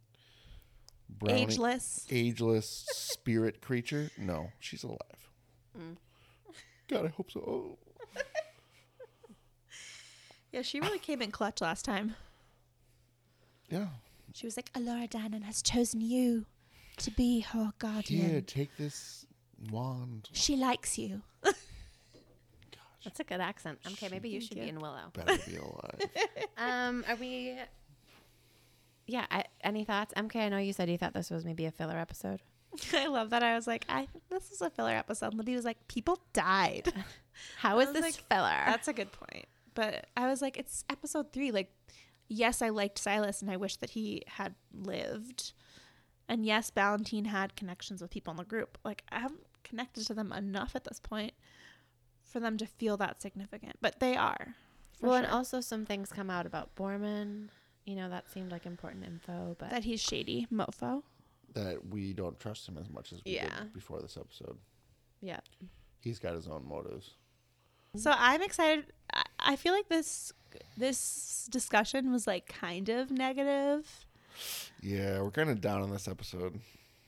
Speaker 3: brownie,
Speaker 2: Ageless.
Speaker 3: ageless spirit creature. No, she's alive.
Speaker 2: Mm.
Speaker 3: God, I hope so. Oh.
Speaker 2: Yeah, she really came in clutch last time.
Speaker 3: Yeah.
Speaker 2: She was like, Alora Dannon has chosen you to be her guardian.
Speaker 3: Here, take this wand.
Speaker 2: She likes you.
Speaker 1: That's a good accent. Okay, maybe you should be in Willow.
Speaker 3: Better be alive.
Speaker 1: Um, are we? Yeah. I, any thoughts, MK? I know you said you thought this was maybe a filler episode.
Speaker 2: I love that. I was like, I this is a filler episode. Libby was like, people died.
Speaker 1: How is
Speaker 2: was
Speaker 1: this
Speaker 2: like,
Speaker 1: filler?
Speaker 2: That's a good point. But I was like, it's episode three. Like, yes, I liked Silas and I wish that he had lived. And yes, Valentine had connections with people in the group. Like, I haven't connected to them enough at this point for them to feel that significant. But they are. for
Speaker 1: well, and
Speaker 2: sure.
Speaker 1: also some things come out about Borman. You know, that seemed like important info, but
Speaker 2: that he's shady, mofo.
Speaker 3: that we don't trust him as much as we
Speaker 1: Yeah.
Speaker 3: did before this episode.
Speaker 1: yeah.
Speaker 3: He's got his own motives.
Speaker 2: So I'm excited. I- I feel like this this discussion was like kind of negative.
Speaker 3: Yeah, we're kind of down on this episode.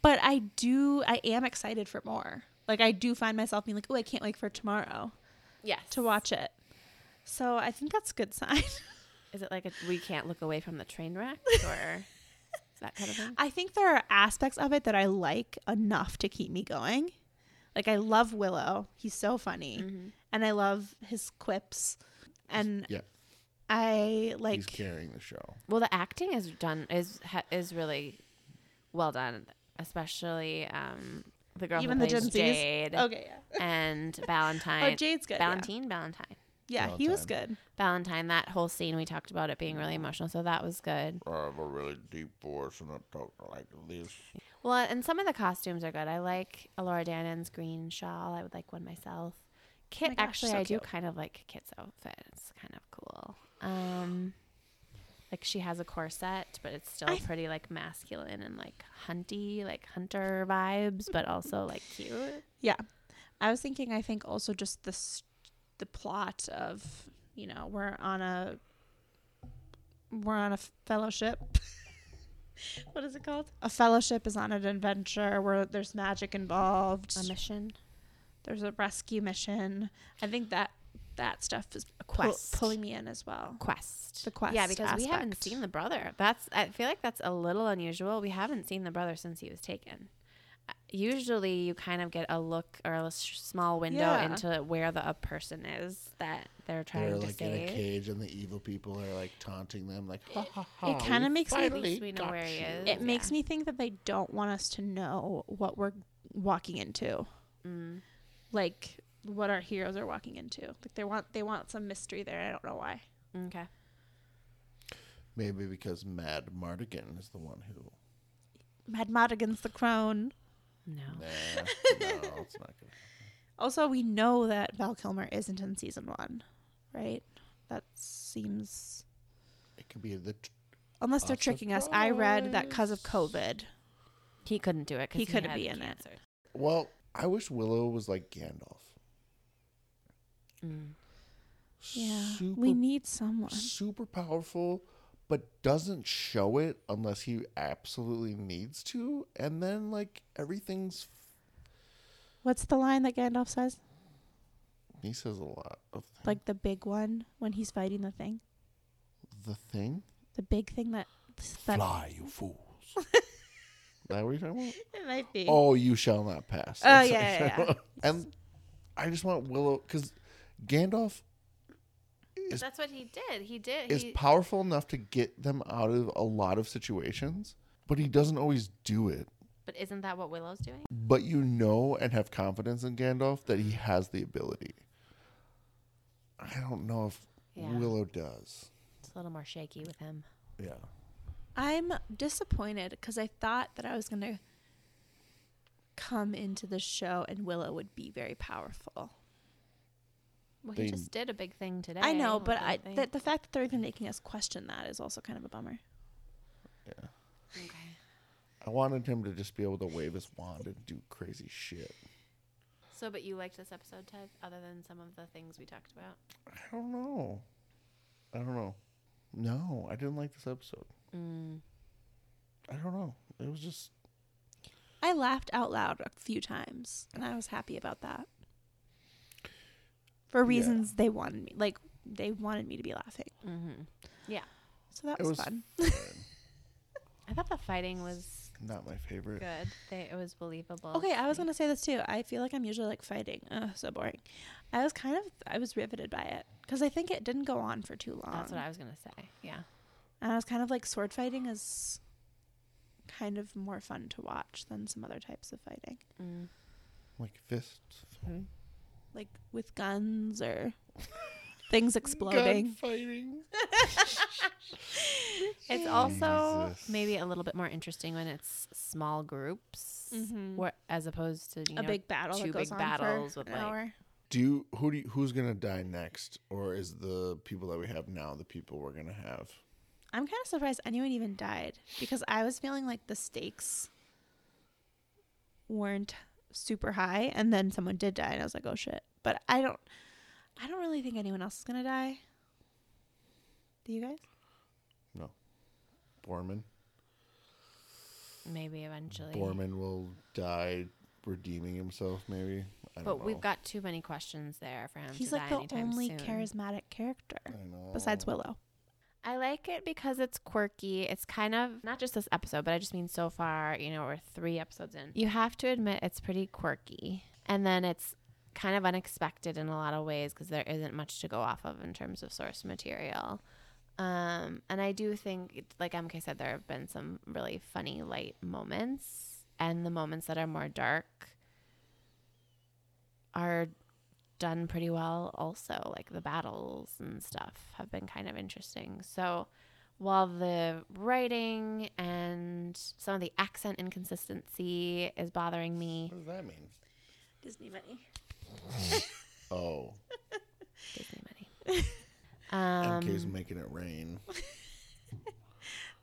Speaker 2: but I do I am excited for more. Like I do find myself being like, "Oh, I can't wait for tomorrow
Speaker 1: Yes.
Speaker 2: to watch it." So I think that's a good sign.
Speaker 1: Is it like a, we can't look away from the train wreck or that kind of thing?
Speaker 2: I think there are aspects of it that I like enough to keep me going. Like I love
Speaker 1: Mm-hmm.
Speaker 2: Willow. He's so funny. And I love his quips. And
Speaker 3: Yeah.
Speaker 2: I
Speaker 3: He's
Speaker 2: like
Speaker 3: carrying the show.
Speaker 1: Well, the acting is done is ha- is really well done, especially um, the girl
Speaker 2: even
Speaker 1: who
Speaker 2: the
Speaker 1: plays
Speaker 2: Gen Zs.
Speaker 1: Jade
Speaker 2: Okay, yeah.
Speaker 1: and Valentine.
Speaker 2: oh, Jade's good. yeah.
Speaker 1: Valentine, Valentine,
Speaker 2: Yeah, he was good.
Speaker 1: Valentine. That whole scene we talked about it being really emotional, so that was good.
Speaker 3: I uh, have a really deep voice and I talk like this.
Speaker 1: Well, and some of the costumes are good. I like Alora Dannon's green shawl. I would like one myself.
Speaker 2: Oh
Speaker 1: Kit,
Speaker 2: my gosh,
Speaker 1: actually,
Speaker 2: so
Speaker 1: I do
Speaker 2: cute.
Speaker 1: kind of like Kit's outfit. It's kind of cool. Um, like she has a corset, but it's still
Speaker 2: I-
Speaker 1: pretty like masculine and like hunty, like hunter vibes, but also like cute.
Speaker 2: Yeah. I was thinking I think also just the s- the plot of, you know, we're on a we're on a fellowship. what is it called? A fellowship is on an adventure where there's magic involved.
Speaker 1: A mission.
Speaker 2: there's a rescue mission. I think that that stuff is pull-
Speaker 1: Quest.
Speaker 2: pulling me in as well.
Speaker 1: quest.
Speaker 2: The quest
Speaker 1: Yeah, because we haven't
Speaker 2: aspect.
Speaker 1: seen the brother. That's I feel like that's a little unusual. We haven't seen the brother since he was taken. Uh, Usually, you kind of get a look or a s- small window
Speaker 2: Yeah.
Speaker 1: into where the a person is that they're trying
Speaker 3: They're
Speaker 1: to
Speaker 3: like in a
Speaker 1: save.
Speaker 3: cage, and the evil people are like taunting them, like ha ha ha.
Speaker 2: it kinda
Speaker 3: we
Speaker 2: makes me- At
Speaker 3: finally
Speaker 1: least we know
Speaker 3: got
Speaker 1: where he
Speaker 3: you."
Speaker 1: is.
Speaker 2: It makes
Speaker 1: Yeah.
Speaker 2: me think that they don't want us to know what we're walking into.
Speaker 1: Mm.
Speaker 2: like what our heroes are walking into. Like they want they want some mystery there. I don't know why.
Speaker 1: Okay.
Speaker 3: Maybe because Mad Mardigan is the one who.
Speaker 2: Mad Madigan's the crone.
Speaker 1: No.
Speaker 3: Nah, no, it's not good.
Speaker 2: Also, we know that Val Kilmer isn't in season one, right? That seems
Speaker 3: It could be the. T-
Speaker 2: unless they're
Speaker 3: A
Speaker 2: tricking us. I read that because of COVID.
Speaker 1: He couldn't do it. 'cause
Speaker 2: He couldn't
Speaker 1: had
Speaker 2: be in it.
Speaker 1: cancer.
Speaker 3: well, I wish Willow was like Gandalf.
Speaker 1: Mm.
Speaker 2: Yeah,
Speaker 3: Super,
Speaker 2: we need someone.
Speaker 3: super powerful, but doesn't show it unless he absolutely needs to, and then like everything's.
Speaker 2: What's the line that Gandalf says?
Speaker 3: He says a lot of things.
Speaker 2: Like the big one when he's fighting the thing,
Speaker 3: the thing.
Speaker 2: the big thing that that
Speaker 3: Fly, you fools. that what you're talking about?
Speaker 2: it might be.
Speaker 3: Oh, you shall not pass.
Speaker 2: Oh,
Speaker 3: That's
Speaker 2: yeah,
Speaker 3: what you're
Speaker 2: yeah,
Speaker 3: talking about. And I just want Willow because Gandalf Is-
Speaker 1: That's what he did. He did.
Speaker 3: is
Speaker 1: He,
Speaker 3: powerful enough to get them out of a lot of situations, but he doesn't always do it.
Speaker 1: but isn't that what Willow's doing?
Speaker 3: But you know and have confidence in Gandalf that
Speaker 2: Mm.
Speaker 3: he has the ability. I don't know if
Speaker 1: Yeah.
Speaker 3: Willow does.
Speaker 1: It's a little more shaky with him.
Speaker 3: Yeah.
Speaker 2: I'm disappointed because I thought that I was going to come into the show and Willow would be very powerful.
Speaker 1: Well,
Speaker 3: They-
Speaker 1: he just did a big thing today.
Speaker 2: I know,
Speaker 1: with
Speaker 2: but
Speaker 1: the
Speaker 2: I,
Speaker 1: thing.
Speaker 2: the, the fact that they're even making us question that is also kind of a bummer.
Speaker 3: Yeah.
Speaker 1: okay.
Speaker 3: I wanted him to just be able to wave his wand and do crazy shit.
Speaker 1: So, but you liked this episode, Ted, other than some of the things we talked about?
Speaker 3: I don't know. I don't know. No, I didn't like this episode.
Speaker 1: Mm.
Speaker 3: I don't know. It was just
Speaker 2: I laughed out loud a few times and I was happy about that. For
Speaker 3: Yeah.
Speaker 2: reasons they wanted me, like they wanted me to be laughing.
Speaker 1: Mm-hmm.
Speaker 2: So that
Speaker 3: It
Speaker 2: was,
Speaker 3: was-
Speaker 2: fun.
Speaker 3: fine.
Speaker 1: I thought the fighting was
Speaker 3: not my favorite.
Speaker 1: good. They, it was believable.
Speaker 2: Okay, I was
Speaker 1: to me.
Speaker 2: going to say this too. I feel like I'm usually like fighting. Ugh, so boring. I was kind of, I was riveted by it because I think it didn't go on for too long.
Speaker 1: That's what I was gonna say. Yeah.
Speaker 2: And I was kind of like sword fighting is kind of more fun to watch than some other types of fighting,
Speaker 1: Mm.
Speaker 3: Like fists fighting,
Speaker 2: like with guns or things
Speaker 3: Gun
Speaker 2: exploding.
Speaker 3: fighting.
Speaker 1: It's also
Speaker 3: Jesus.
Speaker 1: maybe a little bit more interesting when it's small groups,
Speaker 2: Mhm.
Speaker 1: where, as opposed to you
Speaker 2: a
Speaker 1: know,
Speaker 2: big battle. that
Speaker 1: two
Speaker 2: goes
Speaker 1: Mm-hmm. big
Speaker 2: on
Speaker 1: battles
Speaker 2: for
Speaker 1: with,
Speaker 2: an
Speaker 1: like-
Speaker 2: hour.
Speaker 3: Do you who do you, who's gonna die next, or is the people that we have now the people we're gonna have?
Speaker 2: I'm kind of surprised anyone even died because I was feeling like the stakes weren't super high, and then someone did die, and I was like, oh shit. But I don't, I don't really think anyone else is gonna die. Do you guys?
Speaker 3: Borman.
Speaker 1: maybe eventually.
Speaker 3: Borman will die redeeming himself. Maybe. I don't
Speaker 1: But
Speaker 3: know.
Speaker 1: we've got too many questions there for him.
Speaker 2: He's
Speaker 1: to
Speaker 2: like
Speaker 1: die
Speaker 2: the
Speaker 1: anytime
Speaker 2: only
Speaker 1: soon.
Speaker 2: charismatic character
Speaker 3: I know.
Speaker 2: besides Willow.
Speaker 1: I like it because it's quirky. It's kind of not just this episode, but I just mean so far, you know, we're three episodes in. You have to admit it's pretty quirky. And then it's kind of unexpected in a lot of ways because there isn't much to go off of in terms of source material. Um, and I do think, like MK said, there have been some really funny light moments, and the moments that are more dark are done pretty well. Also, like the battles and stuff have been kind of interesting. So, while the writing and some of the accent inconsistency is bothering me,
Speaker 3: What does that mean?
Speaker 2: Disney money.
Speaker 3: Oh,
Speaker 1: Disney money. Um,
Speaker 3: MK's making it rain.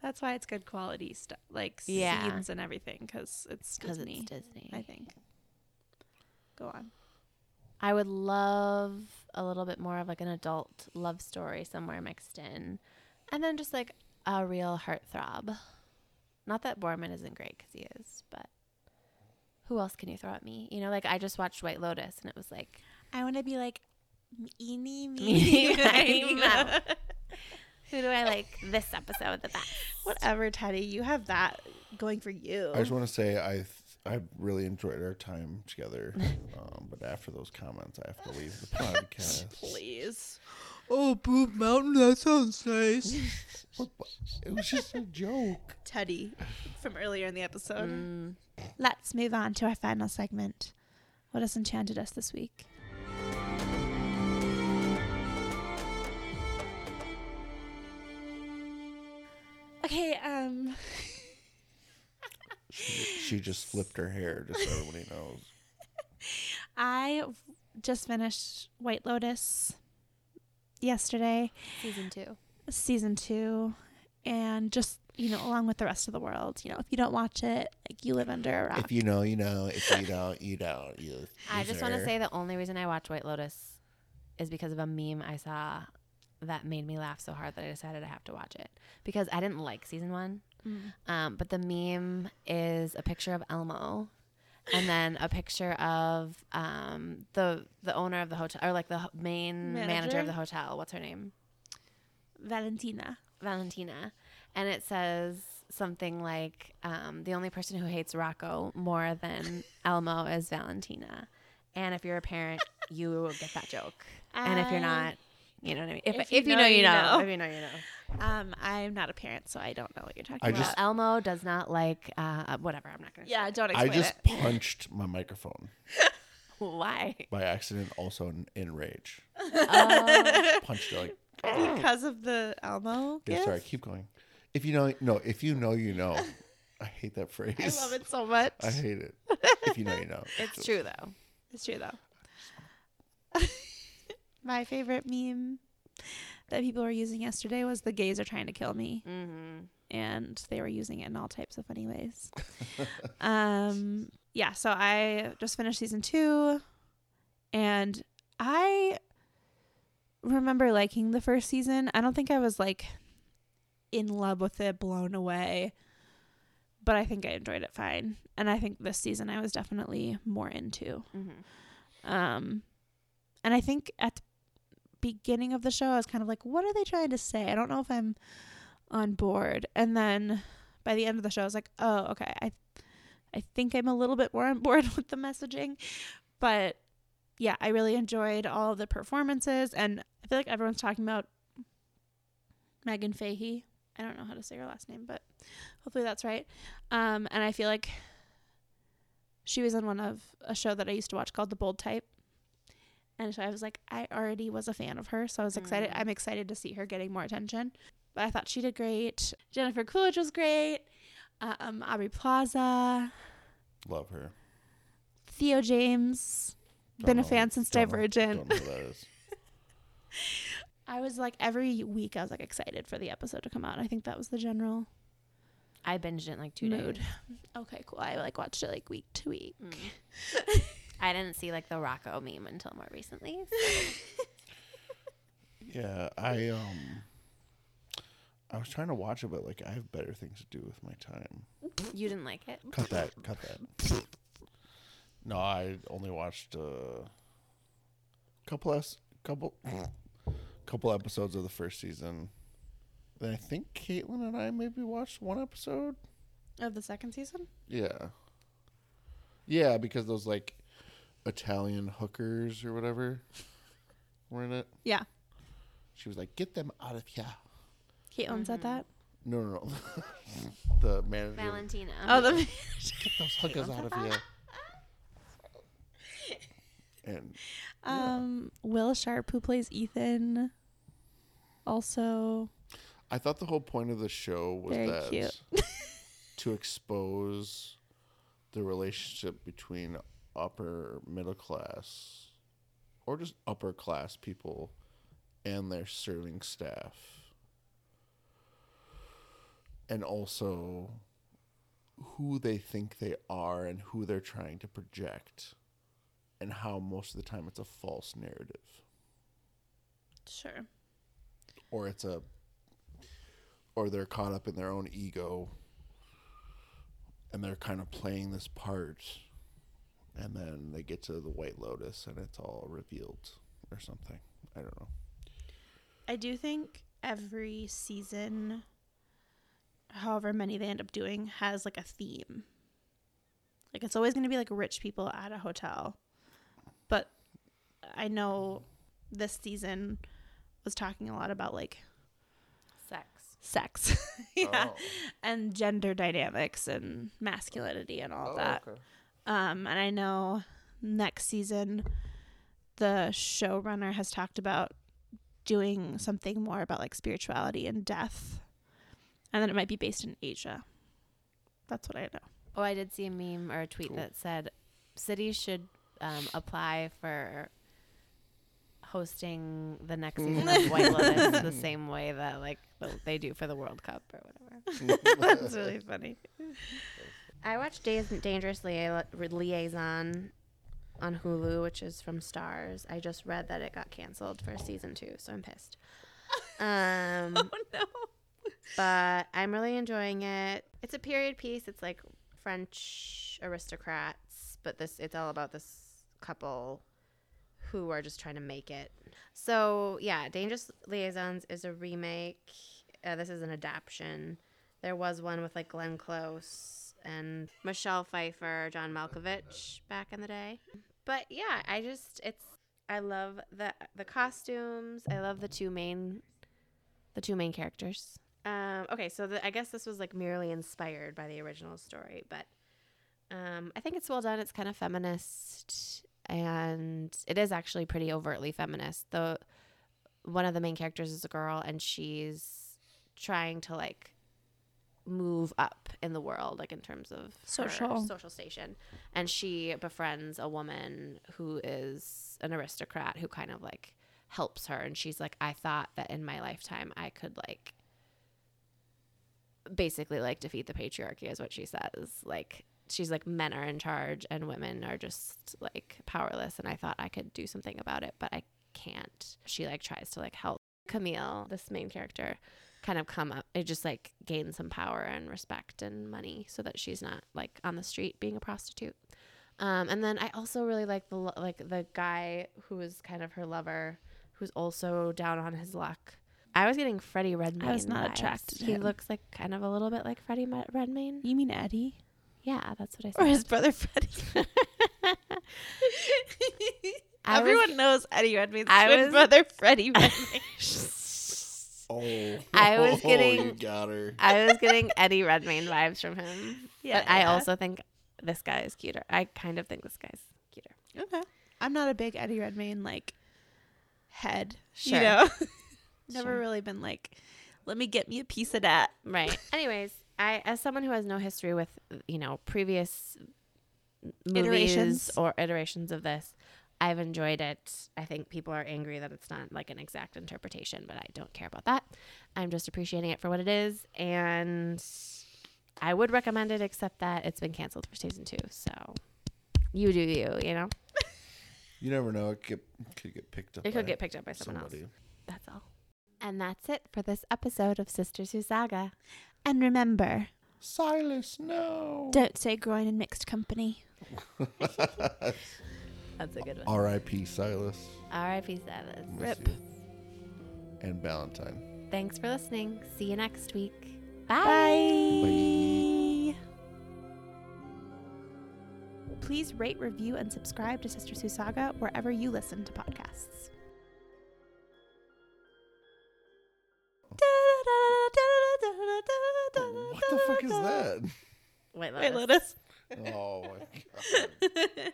Speaker 2: That's why it's good quality stuff, like
Speaker 1: Yeah.
Speaker 2: scenes and everything, because it's
Speaker 1: because
Speaker 2: Disney.
Speaker 1: it's Disney.
Speaker 2: I think. Go on.
Speaker 1: I would love a little bit more of like an adult love story somewhere mixed in, and then just like a real heartthrob. Not that Borman isn't great because he is, but who else can you throw at me? You know, like I just watched White Lotus and it was like
Speaker 2: I want to be like, eeny,
Speaker 1: meeny, miny, moe. Who do I like this episode the best?
Speaker 2: Whatever, Teddy. You have that going for you.
Speaker 3: I just want to say I th- I really enjoyed our time together, um, but after those comments, I have to leave the podcast.
Speaker 2: Please.
Speaker 4: Oh, Boob Mountain, that sounds nice.
Speaker 3: What- what- it was just a joke.
Speaker 2: Teddy from earlier in the episode. Mm. Let's move on to our final segment. What has enchanted us this week? Okay, um,
Speaker 3: She just flipped her hair, just so everybody knows.
Speaker 2: I just finished White Lotus yesterday.
Speaker 1: Season two.
Speaker 2: season two and just you know along with the rest of the world you know if you don't watch it like you live under a rock
Speaker 3: If you know, you know. If you don't, you don't. You
Speaker 1: I just want to
Speaker 3: loser.
Speaker 1: say the only reason I watch White Lotus is because of a meme I saw that made me laugh so hard that I decided I have to watch it because I didn't like season one.
Speaker 2: Mm.
Speaker 1: Um, but the meme is a picture of Elmo, and then a picture of um, the the owner of the hotel or like the ho- main manager?
Speaker 2: Manager?
Speaker 1: of the hotel. What's her name?
Speaker 2: valentina
Speaker 1: Valentina, and it says something like um, the only person who hates Rocco more than Elmo is Valentina. And if you're a parent, you get that joke. and if you're
Speaker 2: Uh,
Speaker 1: not, you know what I mean. If,
Speaker 2: if
Speaker 1: if,
Speaker 2: you
Speaker 1: you,
Speaker 2: know,
Speaker 1: know, you
Speaker 2: you
Speaker 1: know.
Speaker 2: know.
Speaker 1: If you know, you know.
Speaker 2: um i'm not a parent so i don't know what you're talking
Speaker 3: I
Speaker 2: about
Speaker 1: Well,
Speaker 3: just-
Speaker 1: Elmo does not like uh, whatever. I'm not gonna.
Speaker 2: yeah don't
Speaker 3: I
Speaker 2: explain
Speaker 3: just
Speaker 2: it
Speaker 3: punched my microphone
Speaker 1: Why?
Speaker 3: by accident, also in, in rage.
Speaker 1: Oh,
Speaker 3: Punched it like.
Speaker 2: because of the elmo
Speaker 3: Yeah,
Speaker 2: gif.
Speaker 3: sorry, keep going. If you know, no. If you know, you know. I hate that phrase.
Speaker 2: i love it so much
Speaker 3: I hate it. If you know, you know.
Speaker 1: it's true though.
Speaker 2: it's true though my favorite meme that people were using yesterday was the gays are trying to kill me
Speaker 1: Mm-hmm.
Speaker 2: and they were using it in all types of funny ways. um, yeah, so I just finished season two, and I remember liking the first season. I don't think I was like in love with it, blown away, but I think I enjoyed it fine. And I think this season I was definitely more into.
Speaker 1: Mm-hmm.
Speaker 2: Um, and I think at the beginning of the show, I was kind of like, what are they trying to say? I don't know if I'm on board. And then by the end of the show, I was like, oh, okay. I, I think I'm a little bit more on board with the messaging. But yeah, I really enjoyed all the performances. And I feel like everyone's talking about Megan Fahey. I don't know how to say her last name, but hopefully that's right. Um, and I feel like she was on one of a show that I used to watch called The Bold Type. And so I was like, I already was a fan of her, so I was excited.
Speaker 1: Mm.
Speaker 2: I'm excited to see her getting more attention. But I thought she did great. Jennifer Coolidge was great. Um, Aubrey Plaza,
Speaker 3: Love her.
Speaker 2: Theo James.
Speaker 3: Don't
Speaker 2: Been a
Speaker 3: know-
Speaker 2: fan since
Speaker 3: don't know-
Speaker 2: Divergent.
Speaker 3: don't know who that is.
Speaker 2: I was like every week I was like excited for the episode to come out. I think that was the general
Speaker 1: I binged it in like two
Speaker 2: mood.
Speaker 1: days.
Speaker 2: Okay, cool. I like watched it like week to week.
Speaker 1: I didn't see like the Rocco meme until more recently.
Speaker 3: Yeah, I um, I was trying to watch it, but like I have better things to do with my time.
Speaker 1: you didn't like it.
Speaker 3: Cut that. Cut that. No, I only watched a uh, couple es- couple couple episodes of the first season. Then I think Caitlin and I maybe watched one episode.
Speaker 2: Mm. Of the second season?
Speaker 3: Yeah. Yeah, because those like Italian hookers or whatever were in it.
Speaker 2: Yeah.
Speaker 3: She was like, "Get them out of here."
Speaker 2: Caitlin said that.
Speaker 3: No, no, no. the manager.
Speaker 1: Valentina.
Speaker 2: Oh, the
Speaker 3: Get those hookers out of here. And
Speaker 2: um, Will Sharp, who plays Ethan, also
Speaker 3: I thought the whole point of the show was
Speaker 2: Very
Speaker 3: that
Speaker 2: cute.
Speaker 3: to expose the relationship between upper middle class or just upper class people and their serving staff. And also who they think they are and who they're trying to project and how most of the time it's a false narrative
Speaker 2: sure.
Speaker 3: or it's a or they're caught up in their own ego and they're kind of playing this part and then they get to the white lotus and it's all revealed or something i don't know
Speaker 2: I do think every season, however many they end up doing, has like a theme. Like it's always going to be like rich people at a hotel. But I know this season was talking a lot about like
Speaker 1: Sex.
Speaker 2: sex yeah. and gender dynamics and masculinity and
Speaker 1: Oh,
Speaker 3: Oh,
Speaker 2: all of that. Um, and I know next season, the showrunner has talked about doing something more about like spirituality and death, and then it might be based in Asia. That's what I know.
Speaker 1: Oh, I did see a meme or a tweet
Speaker 3: Cool.
Speaker 1: that said cities should um, apply for hosting the next season of White Lotus the same way that like the- they do for the World Cup or whatever.
Speaker 2: That's really funny.
Speaker 1: I watched Days Dangerous Lia- Liaison on Hulu, which is from Stars. I just read that it got canceled for season two, so I'm pissed. Um,
Speaker 2: Oh no.
Speaker 1: but I'm really enjoying it. It's a period piece. It's like French aristocrats, but this it's all about this couple who are just trying to make it. So yeah, Dangerous Liaisons is a remake. Uh, this is an adaptation. There was one with like Glenn Close and Michelle Pfeiffer, John Malkovich back in the day. But yeah, I just it's I love the the costumes. I love the two main the two main characters. Um, okay, so the, I guess this was like merely inspired by the original story, but um, I think it's well done. It's kind of feminist, and it is actually pretty overtly feminist. The one of the main characters is a girl, and she's trying to like move up in the world, like in terms of her
Speaker 2: Social.
Speaker 1: social station, and she befriends a woman who is an aristocrat who kind of like helps her, and she's like, I thought that in my lifetime I could like basically like defeat the patriarchy is what she says like she's like men are in charge and women are just like powerless and i thought i could do something about it but i can't she like tries to like help camille this main character kind of come up it just like gain some power and respect and money so that she's not like on the street being a prostitute um, and then i also really like the lo- like the guy who is kind of her lover who's also down on his luck i was getting freddie redmayne
Speaker 2: was not
Speaker 1: vibes.
Speaker 2: attracted to
Speaker 1: he
Speaker 2: him.
Speaker 1: looks like kind of a little bit like freddie Ma- redmayne
Speaker 2: You mean Eddie
Speaker 1: yeah, that's what I
Speaker 2: or
Speaker 1: said.
Speaker 2: his brother Freddie?
Speaker 1: I was-
Speaker 2: Everyone knows Eddie Redmayne's
Speaker 1: I
Speaker 2: twin
Speaker 1: was-
Speaker 2: brother Freddie Redmayne.
Speaker 3: oh
Speaker 1: I was
Speaker 3: you
Speaker 1: getting-
Speaker 3: got her
Speaker 1: I was getting Eddie Redmayne vibes from him.
Speaker 2: Yeah,
Speaker 1: but I
Speaker 2: yeah.
Speaker 1: also think this guy is cuter. I kind of think this guy's cuter.
Speaker 2: Okay. I'm not a big Eddie Redmayne like head.
Speaker 1: Sure.
Speaker 2: You know? Never
Speaker 1: Sure.
Speaker 2: really been like, let me get me a piece of that.
Speaker 1: Right. Anyways, I as someone who has no history with, you know, previous movies
Speaker 2: Iterations.
Speaker 1: or iterations of this, I've enjoyed it. I think people are angry that it's not like an exact interpretation, but I don't care about that. I'm just appreciating it for what it is and I would recommend it except that it's been canceled for season 2. So you do you, you know.
Speaker 3: you never know it could, could get picked up
Speaker 1: It could
Speaker 3: by
Speaker 1: get picked up by someone
Speaker 3: somebody.
Speaker 1: else. That's all. And that's it for this episode of Sisters Who Saga.
Speaker 2: And remember,
Speaker 3: silas no
Speaker 2: don't say groin in mixed company.
Speaker 1: That's a good one.
Speaker 3: rip silas
Speaker 1: R.I.P. Silas.
Speaker 3: Miss
Speaker 2: Rip.
Speaker 3: you. and valentine
Speaker 1: Thanks for listening. See you next week.
Speaker 2: Bye. Please rate, review, and subscribe to Sister Sue Saga wherever you listen to podcasts.
Speaker 3: fuck is that?
Speaker 1: White
Speaker 2: Wait,
Speaker 1: Lotus.
Speaker 2: let us.
Speaker 3: Oh my god.